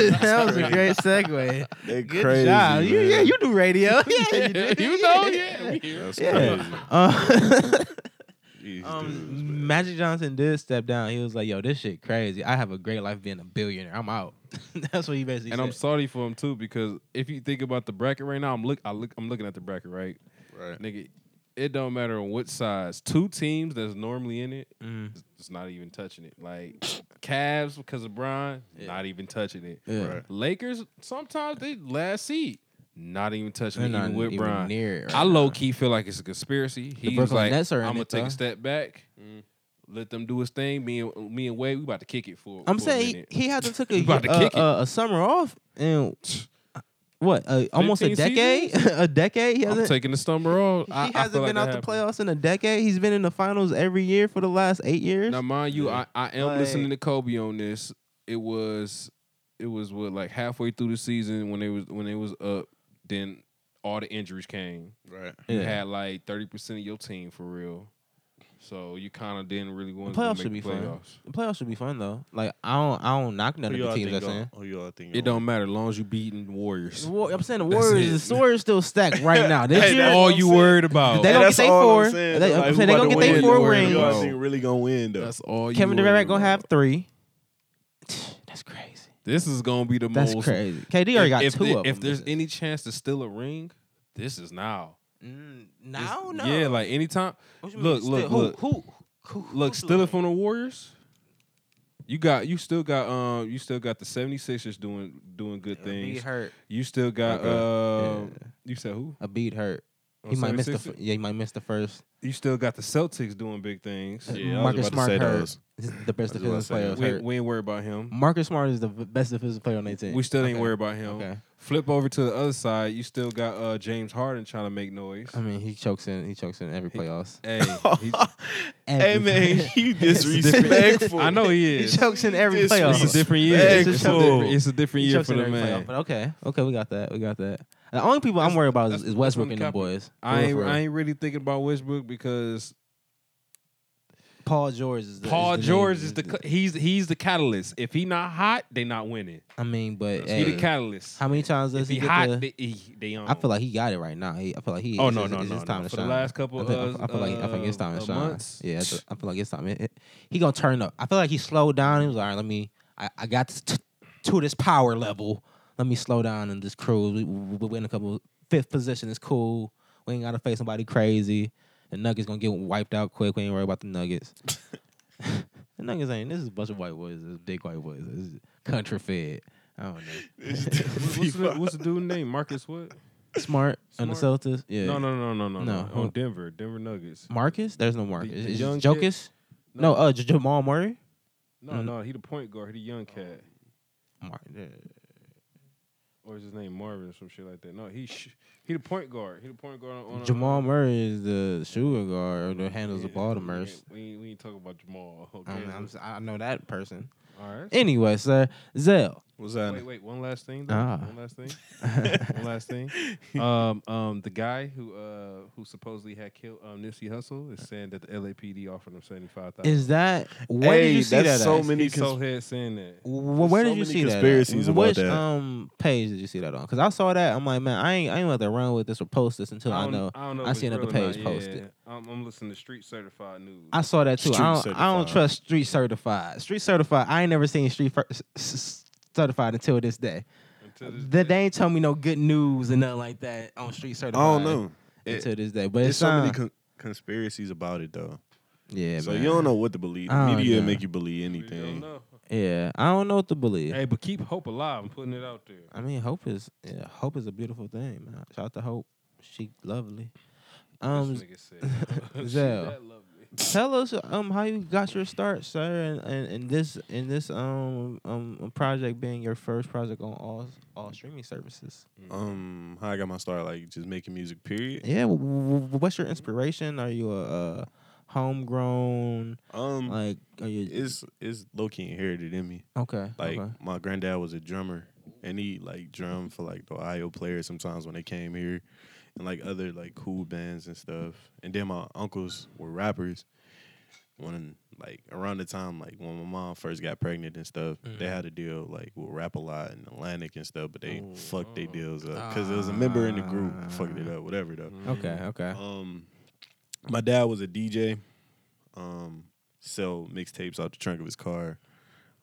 [SPEAKER 1] that was a great segue.
[SPEAKER 3] They
[SPEAKER 1] Good
[SPEAKER 3] crazy,
[SPEAKER 1] job. You, yeah,
[SPEAKER 3] man.
[SPEAKER 1] you do radio. Yeah, you, do.
[SPEAKER 2] you know, yeah. we here.
[SPEAKER 3] That's
[SPEAKER 1] Yeah.
[SPEAKER 3] crazy.
[SPEAKER 1] Uh,
[SPEAKER 3] These dudes,
[SPEAKER 1] um,
[SPEAKER 3] man.
[SPEAKER 1] Magic Johnson did step down. He was like, "Yo, this shit crazy. I have a great life being a billionaire. I'm out." That's what he basically
[SPEAKER 2] And
[SPEAKER 1] said.
[SPEAKER 2] I'm sorry for him too because if you think about the bracket right now, I'm look, I look, I'm looking at the bracket right,
[SPEAKER 3] right.
[SPEAKER 2] nigga. It don't matter on what size. Two teams that's normally in it,
[SPEAKER 1] Mm,
[SPEAKER 2] it's not even touching it. Like Cavs because of Brian,
[SPEAKER 1] Yeah.
[SPEAKER 2] not even touching it.
[SPEAKER 1] yeah.
[SPEAKER 3] Right.
[SPEAKER 2] Lakers sometimes they last seed, not even touching
[SPEAKER 1] They're
[SPEAKER 2] it
[SPEAKER 1] not
[SPEAKER 2] even with
[SPEAKER 1] even
[SPEAKER 2] Brian.
[SPEAKER 1] near it. right
[SPEAKER 2] I
[SPEAKER 1] now.
[SPEAKER 2] low key feel like it's a conspiracy. He was
[SPEAKER 1] Brooklyn
[SPEAKER 2] like,
[SPEAKER 1] Nets are in
[SPEAKER 2] I'm gonna
[SPEAKER 1] it,
[SPEAKER 2] take
[SPEAKER 1] though."
[SPEAKER 2] a step back,
[SPEAKER 3] Mm.
[SPEAKER 2] let them do his thing. Me and me and Wade, we about to kick it for.
[SPEAKER 1] I'm
[SPEAKER 2] for a
[SPEAKER 1] saying
[SPEAKER 2] minute.
[SPEAKER 1] he, he had to took
[SPEAKER 2] We
[SPEAKER 1] a,
[SPEAKER 2] about to
[SPEAKER 1] a,
[SPEAKER 2] kick it.
[SPEAKER 1] a, a summer off and what uh, almost a
[SPEAKER 2] 15
[SPEAKER 1] decade, a decade. He
[SPEAKER 2] I'm
[SPEAKER 1] hasn't,
[SPEAKER 2] taking the stumble roll.
[SPEAKER 1] he
[SPEAKER 2] I, I
[SPEAKER 1] hasn't
[SPEAKER 2] feel like
[SPEAKER 1] been
[SPEAKER 2] that
[SPEAKER 1] out
[SPEAKER 2] happened.
[SPEAKER 1] the playoffs in a decade. He's been in the finals every year for the last eight years.
[SPEAKER 2] Now, mind you, I, I am
[SPEAKER 1] Like-
[SPEAKER 2] listening to Kobe on this. It was it was what like halfway through the season when they was when it was up. Then all the injuries came.
[SPEAKER 3] Right.
[SPEAKER 2] You
[SPEAKER 1] Yeah.
[SPEAKER 2] had like thirty percent of your team for real. So you kind of didn't really want
[SPEAKER 1] The
[SPEAKER 2] to
[SPEAKER 1] playoffs
[SPEAKER 2] make
[SPEAKER 1] should be
[SPEAKER 2] the
[SPEAKER 1] fun.
[SPEAKER 2] playoffs.
[SPEAKER 1] the playoffs should be fun though. Like I don't, I don't knock none
[SPEAKER 3] Who
[SPEAKER 1] of the
[SPEAKER 3] y'all,
[SPEAKER 1] teams
[SPEAKER 3] think
[SPEAKER 1] that's
[SPEAKER 3] gon-
[SPEAKER 1] in.
[SPEAKER 3] who y'all think?
[SPEAKER 2] It
[SPEAKER 3] gon-
[SPEAKER 2] don't matter as long as you beating the Warriors.
[SPEAKER 1] The War- I'm saying the
[SPEAKER 2] That's
[SPEAKER 1] Warriors,
[SPEAKER 2] it.
[SPEAKER 1] the Warriors still stacked right now. This
[SPEAKER 3] Hey,
[SPEAKER 1] year,
[SPEAKER 3] that's
[SPEAKER 2] all
[SPEAKER 3] what I'm
[SPEAKER 2] you
[SPEAKER 3] saying.
[SPEAKER 2] worried about.
[SPEAKER 1] They gonna
[SPEAKER 3] Oh, That's
[SPEAKER 1] get they
[SPEAKER 3] all
[SPEAKER 1] four.
[SPEAKER 3] I'm saying.
[SPEAKER 1] They-
[SPEAKER 3] Like,
[SPEAKER 1] I'm
[SPEAKER 3] who
[SPEAKER 1] saying they
[SPEAKER 3] about
[SPEAKER 1] gonna
[SPEAKER 3] to
[SPEAKER 1] get they
[SPEAKER 3] win?
[SPEAKER 1] four
[SPEAKER 3] Who
[SPEAKER 1] rings.
[SPEAKER 3] y'all think really gonna win though?
[SPEAKER 2] That's all you.
[SPEAKER 1] Kevin
[SPEAKER 2] worried
[SPEAKER 1] Durant gonna
[SPEAKER 2] about.
[SPEAKER 1] have three. that's crazy.
[SPEAKER 2] This is gonna be the
[SPEAKER 1] That's
[SPEAKER 2] most.
[SPEAKER 1] crazy. KD
[SPEAKER 2] If,
[SPEAKER 1] already got
[SPEAKER 2] if
[SPEAKER 1] two
[SPEAKER 2] the-
[SPEAKER 1] of them.
[SPEAKER 2] if there's any chance to steal a ring, this is now.
[SPEAKER 1] mm,
[SPEAKER 2] This-
[SPEAKER 1] now, no.
[SPEAKER 2] Yeah, like anytime.
[SPEAKER 1] What you
[SPEAKER 2] Look,
[SPEAKER 1] mean,
[SPEAKER 2] look,
[SPEAKER 1] still- who-
[SPEAKER 2] look.
[SPEAKER 1] Who, who, who,
[SPEAKER 2] Look,
[SPEAKER 1] who's
[SPEAKER 2] steal it
[SPEAKER 1] losing?
[SPEAKER 2] from the Warriors. You got you still got um you still got the 76ers doing doing good
[SPEAKER 1] A beat
[SPEAKER 2] things.
[SPEAKER 1] hurt.
[SPEAKER 2] You still got uh
[SPEAKER 1] Yeah.
[SPEAKER 2] you said who?
[SPEAKER 1] A beat hurt.
[SPEAKER 2] Oh,
[SPEAKER 1] He might miss the.
[SPEAKER 2] 76ers?
[SPEAKER 1] F- yeah, he might miss the first.
[SPEAKER 2] You still got the Celtics doing big things.
[SPEAKER 3] Yeah, I was
[SPEAKER 1] Marcus
[SPEAKER 3] about to
[SPEAKER 1] Smart
[SPEAKER 3] say
[SPEAKER 1] hurt.
[SPEAKER 3] those.
[SPEAKER 1] This is The best
[SPEAKER 3] I was about
[SPEAKER 1] defensive
[SPEAKER 3] to say
[SPEAKER 1] player.
[SPEAKER 3] that.
[SPEAKER 1] was
[SPEAKER 2] We,
[SPEAKER 1] hurt.
[SPEAKER 2] we ain't worried about him.
[SPEAKER 1] Marcus Smart is the v- best defensive player on their team.
[SPEAKER 2] We still ain't
[SPEAKER 1] Okay.
[SPEAKER 2] worried about him.
[SPEAKER 1] Okay.
[SPEAKER 2] Flip over to the other side. You still got uh James Harden trying to make noise.
[SPEAKER 1] I mean, he chokes in. He chokes in every
[SPEAKER 2] He-
[SPEAKER 1] playoffs.
[SPEAKER 2] Hey, he-
[SPEAKER 3] Hey
[SPEAKER 1] Every-
[SPEAKER 3] man, you
[SPEAKER 1] It's a different-
[SPEAKER 3] disrespectful.
[SPEAKER 2] I know he
[SPEAKER 1] he
[SPEAKER 2] is.
[SPEAKER 1] chokes in every
[SPEAKER 3] It's
[SPEAKER 1] playoff.
[SPEAKER 2] It's a different year.
[SPEAKER 1] It's a
[SPEAKER 2] It's a
[SPEAKER 1] show.
[SPEAKER 2] different, it's a different
[SPEAKER 1] He
[SPEAKER 2] year
[SPEAKER 1] chokes
[SPEAKER 2] for
[SPEAKER 1] in
[SPEAKER 2] the
[SPEAKER 1] every playoff,
[SPEAKER 2] man.
[SPEAKER 1] But okay, okay, we got that. We got that. The only people I'm
[SPEAKER 2] That's-
[SPEAKER 1] worried about
[SPEAKER 2] that's-
[SPEAKER 1] is, is
[SPEAKER 2] that's
[SPEAKER 1] Westbrook
[SPEAKER 2] on
[SPEAKER 1] and
[SPEAKER 2] the
[SPEAKER 1] them
[SPEAKER 2] copy.
[SPEAKER 1] boys.
[SPEAKER 2] I
[SPEAKER 1] For real,
[SPEAKER 2] ain't,
[SPEAKER 1] for real.
[SPEAKER 2] I ain't really thinking about Westbrook because
[SPEAKER 1] Paul George is. The,
[SPEAKER 2] Paul
[SPEAKER 1] is the
[SPEAKER 2] George
[SPEAKER 1] name-
[SPEAKER 2] is the ca- he's he's the catalyst. If he not hot, they not winning.
[SPEAKER 1] I mean, but
[SPEAKER 2] He the
[SPEAKER 1] hey,
[SPEAKER 2] catalyst.
[SPEAKER 1] how many times does
[SPEAKER 2] If
[SPEAKER 1] he,
[SPEAKER 2] he
[SPEAKER 1] get
[SPEAKER 2] hot,
[SPEAKER 1] the-
[SPEAKER 2] they, he, they on.
[SPEAKER 1] I feel like he got it right now. He, I feel like he.
[SPEAKER 2] Uh-huh. Oh
[SPEAKER 1] it's
[SPEAKER 2] no
[SPEAKER 1] his-
[SPEAKER 2] no
[SPEAKER 1] it's
[SPEAKER 2] no!
[SPEAKER 1] his time
[SPEAKER 2] no.
[SPEAKER 1] to
[SPEAKER 2] For the
[SPEAKER 1] shine.
[SPEAKER 2] last couple,
[SPEAKER 1] I feel, I feel like I feel like it's
[SPEAKER 2] uh,
[SPEAKER 1] time to
[SPEAKER 2] uh,
[SPEAKER 1] shine.
[SPEAKER 2] months.
[SPEAKER 1] Yeah, I feel, I feel like it's time. It, it- he gonna turn up. I feel like he slowed down. He was like, all right, let me. I, I got this t- to this power level. Let me slow down and just cruise. We, we, we win a couple. Fifth position is cool. We ain't gotta face somebody crazy. The Nuggets gonna get wiped out quick. We ain't worry about the Nuggets. the Nuggets ain't. This is a bunch of white boys. This is big white boys. This is country fed. I don't know.
[SPEAKER 2] What's, what's the, what's the dude's name? Marcus what?
[SPEAKER 1] Smart, and the
[SPEAKER 2] Smart.
[SPEAKER 1] Celtics. Yeah.
[SPEAKER 2] No no no no no
[SPEAKER 1] No,
[SPEAKER 2] no.
[SPEAKER 1] who-
[SPEAKER 2] Oh Denver Denver Nuggets.
[SPEAKER 1] Marcus? There's no Marcus.
[SPEAKER 2] the
[SPEAKER 1] It's just
[SPEAKER 2] young
[SPEAKER 1] Jokic?
[SPEAKER 2] kid-
[SPEAKER 1] No, uh, mm-hmm. J- Jamal Murray.
[SPEAKER 2] no no. He the point guard. He the young cat.
[SPEAKER 1] Mar- uh,
[SPEAKER 2] Or is his name Marvin or some shit like that? No, he sh- he the point guard. He the point guard on, on
[SPEAKER 1] Jamal
[SPEAKER 2] on-
[SPEAKER 1] Murray is the shooter guard that handles the
[SPEAKER 2] Yeah,
[SPEAKER 1] ball the
[SPEAKER 2] we
[SPEAKER 1] most.
[SPEAKER 2] ain't- We ain't, we ain't talking about Jamal. Okay.
[SPEAKER 1] I, mean, I'm, s- I know that person.
[SPEAKER 2] All right.
[SPEAKER 1] Anyway, sir, Zell.
[SPEAKER 3] What's that?
[SPEAKER 2] Wait, wait, one last thing. Though.
[SPEAKER 1] Ah.
[SPEAKER 2] One last thing. one last thing. Um, um, the guy who uh who supposedly had killed um Nipsey Hussle is saying that the LAPD offered him seventy five thousand.
[SPEAKER 1] Is that where did
[SPEAKER 3] Hey,
[SPEAKER 1] you see
[SPEAKER 3] that's
[SPEAKER 1] that?
[SPEAKER 3] so
[SPEAKER 1] at?
[SPEAKER 3] many-
[SPEAKER 2] He's so
[SPEAKER 3] cons-
[SPEAKER 2] head saying that.
[SPEAKER 1] Wh- where
[SPEAKER 3] so
[SPEAKER 1] did you
[SPEAKER 3] many
[SPEAKER 1] see that? at?
[SPEAKER 3] conspiracies about
[SPEAKER 1] Which
[SPEAKER 3] that.
[SPEAKER 1] um page did you see that on? Because I saw that. I'm like, man, I ain't I ain't about to run with this or post this until I,
[SPEAKER 2] don't-
[SPEAKER 1] know.
[SPEAKER 2] I don't know.
[SPEAKER 1] I
[SPEAKER 2] if it's
[SPEAKER 1] seen
[SPEAKER 2] real
[SPEAKER 1] another
[SPEAKER 2] or not.
[SPEAKER 1] page posted.
[SPEAKER 2] Yeah, I'm, I'm listening to Street Certified News.
[SPEAKER 1] I saw that too.
[SPEAKER 3] Street
[SPEAKER 1] I don't, I don't
[SPEAKER 3] certified.
[SPEAKER 1] trust street certified. Street certified. I ain't never seen street fir- s- s- certified until this day.
[SPEAKER 2] To this
[SPEAKER 1] That
[SPEAKER 2] day.
[SPEAKER 1] they ain't tell me no good news and nothing like that on Street
[SPEAKER 3] I
[SPEAKER 1] Certified.
[SPEAKER 3] don't know. It-
[SPEAKER 1] until this day, but
[SPEAKER 3] There's
[SPEAKER 1] it's
[SPEAKER 3] so many
[SPEAKER 1] on.
[SPEAKER 3] con- conspiracies about it though.
[SPEAKER 1] yeah,
[SPEAKER 3] so
[SPEAKER 1] man.
[SPEAKER 3] you don't know what to believe. The
[SPEAKER 1] I don't
[SPEAKER 3] media
[SPEAKER 1] know.
[SPEAKER 3] make you believe
[SPEAKER 2] We don't
[SPEAKER 3] anything.
[SPEAKER 2] know.
[SPEAKER 1] Yeah, I don't know what to believe.
[SPEAKER 2] Hey, but keep hope alive. I'm putting it out there.
[SPEAKER 1] I mean, hope is yeah, hope is a beautiful thing, man. Shout out to Hope, she lovely. Um,
[SPEAKER 2] this nigga said, "She
[SPEAKER 1] Zell.
[SPEAKER 2] that lovely."
[SPEAKER 1] tell us um how you got your start, sir, and and, and this in this um um project being your first project on all all streaming services.
[SPEAKER 3] Um, how I got my start, like just making music. Period.
[SPEAKER 1] Yeah, w- w- w- what's your inspiration? Are you a, uh homegrown
[SPEAKER 3] Um,
[SPEAKER 1] like? Are you
[SPEAKER 3] it's it's low key inherited in me.
[SPEAKER 1] okay?
[SPEAKER 3] Like
[SPEAKER 1] okay.
[SPEAKER 3] my granddad was a drummer, and he like drummed for like the Ohio players sometimes when they came here, and like other like cool bands and stuff. And then my uncles were rappers. When like around the time like when my mom first got pregnant and stuff,
[SPEAKER 1] Mm.
[SPEAKER 3] they had a deal like with Rap a Lot and Atlantic and stuff, but they
[SPEAKER 2] Ooh,
[SPEAKER 3] fucked their
[SPEAKER 2] oh.
[SPEAKER 3] deals up because it was a member in the group fucked it up, whatever though.
[SPEAKER 1] okay, Ah. Mm. okay,
[SPEAKER 3] Um, my dad was a DJ. Um, sell mixtapes out the trunk of his car,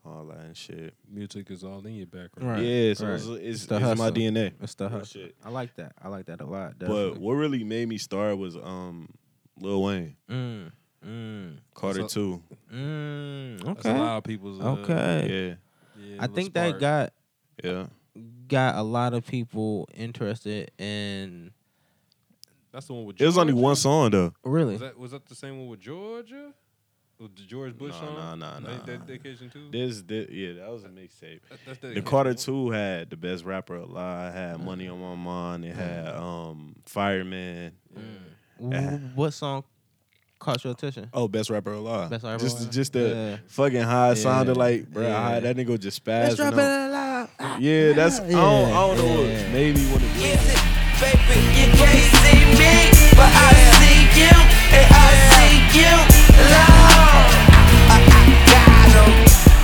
[SPEAKER 3] all that and shit.
[SPEAKER 2] Music is all in your background.
[SPEAKER 1] Right.
[SPEAKER 3] Yeah, so
[SPEAKER 1] right.
[SPEAKER 3] it's, it's,
[SPEAKER 1] the
[SPEAKER 3] it's in my
[SPEAKER 1] hustle.
[SPEAKER 3] DNA.
[SPEAKER 1] it's the
[SPEAKER 3] Real
[SPEAKER 1] hustle.
[SPEAKER 3] shit.
[SPEAKER 1] I like that. I like that a lot.
[SPEAKER 3] But
[SPEAKER 1] definitely.
[SPEAKER 3] what really made me start was um Lil Wayne,
[SPEAKER 1] mm, mm,
[SPEAKER 3] Carter
[SPEAKER 2] That's
[SPEAKER 3] Two.
[SPEAKER 1] mm,
[SPEAKER 2] That's a
[SPEAKER 1] okay,
[SPEAKER 2] lot of people's. Uh,
[SPEAKER 1] okay.
[SPEAKER 3] Yeah,
[SPEAKER 2] yeah,
[SPEAKER 1] I
[SPEAKER 2] little
[SPEAKER 1] think that
[SPEAKER 2] spark.
[SPEAKER 1] got
[SPEAKER 3] yeah.
[SPEAKER 1] got a lot of people interested in
[SPEAKER 2] That's the one with.
[SPEAKER 3] It was only
[SPEAKER 2] Georgia?
[SPEAKER 3] one song though.
[SPEAKER 1] really
[SPEAKER 2] Was that was that the same one with Georgia? With the George Bush
[SPEAKER 3] Nah,
[SPEAKER 2] song?
[SPEAKER 3] nah, nah, nah.
[SPEAKER 2] That, that dedication too.
[SPEAKER 3] This, this yeah, that was a mixtape.
[SPEAKER 2] That- that's
[SPEAKER 3] The
[SPEAKER 2] dedication.
[SPEAKER 3] Carter Two had the best rapper alive. Had Money on My Mind. It had um Fireman.
[SPEAKER 2] Yeah.
[SPEAKER 1] W- what song caught your attention
[SPEAKER 3] Oh, best rapper alive.
[SPEAKER 1] Best rapper
[SPEAKER 3] just,
[SPEAKER 1] alive?
[SPEAKER 3] just the
[SPEAKER 1] Yeah.
[SPEAKER 3] fucking how it sounded
[SPEAKER 1] Yeah.
[SPEAKER 3] like, bro.
[SPEAKER 1] Yeah.
[SPEAKER 3] How that nigga just
[SPEAKER 1] let's
[SPEAKER 3] spazzing
[SPEAKER 1] drop it
[SPEAKER 3] out.
[SPEAKER 1] alive
[SPEAKER 3] Yeah, that's I, don't, I don't know
[SPEAKER 1] Yeah.
[SPEAKER 3] what maybe what it
[SPEAKER 4] Baby, you can't see me, but I see you, and I see you, Lord. I, I got 'em.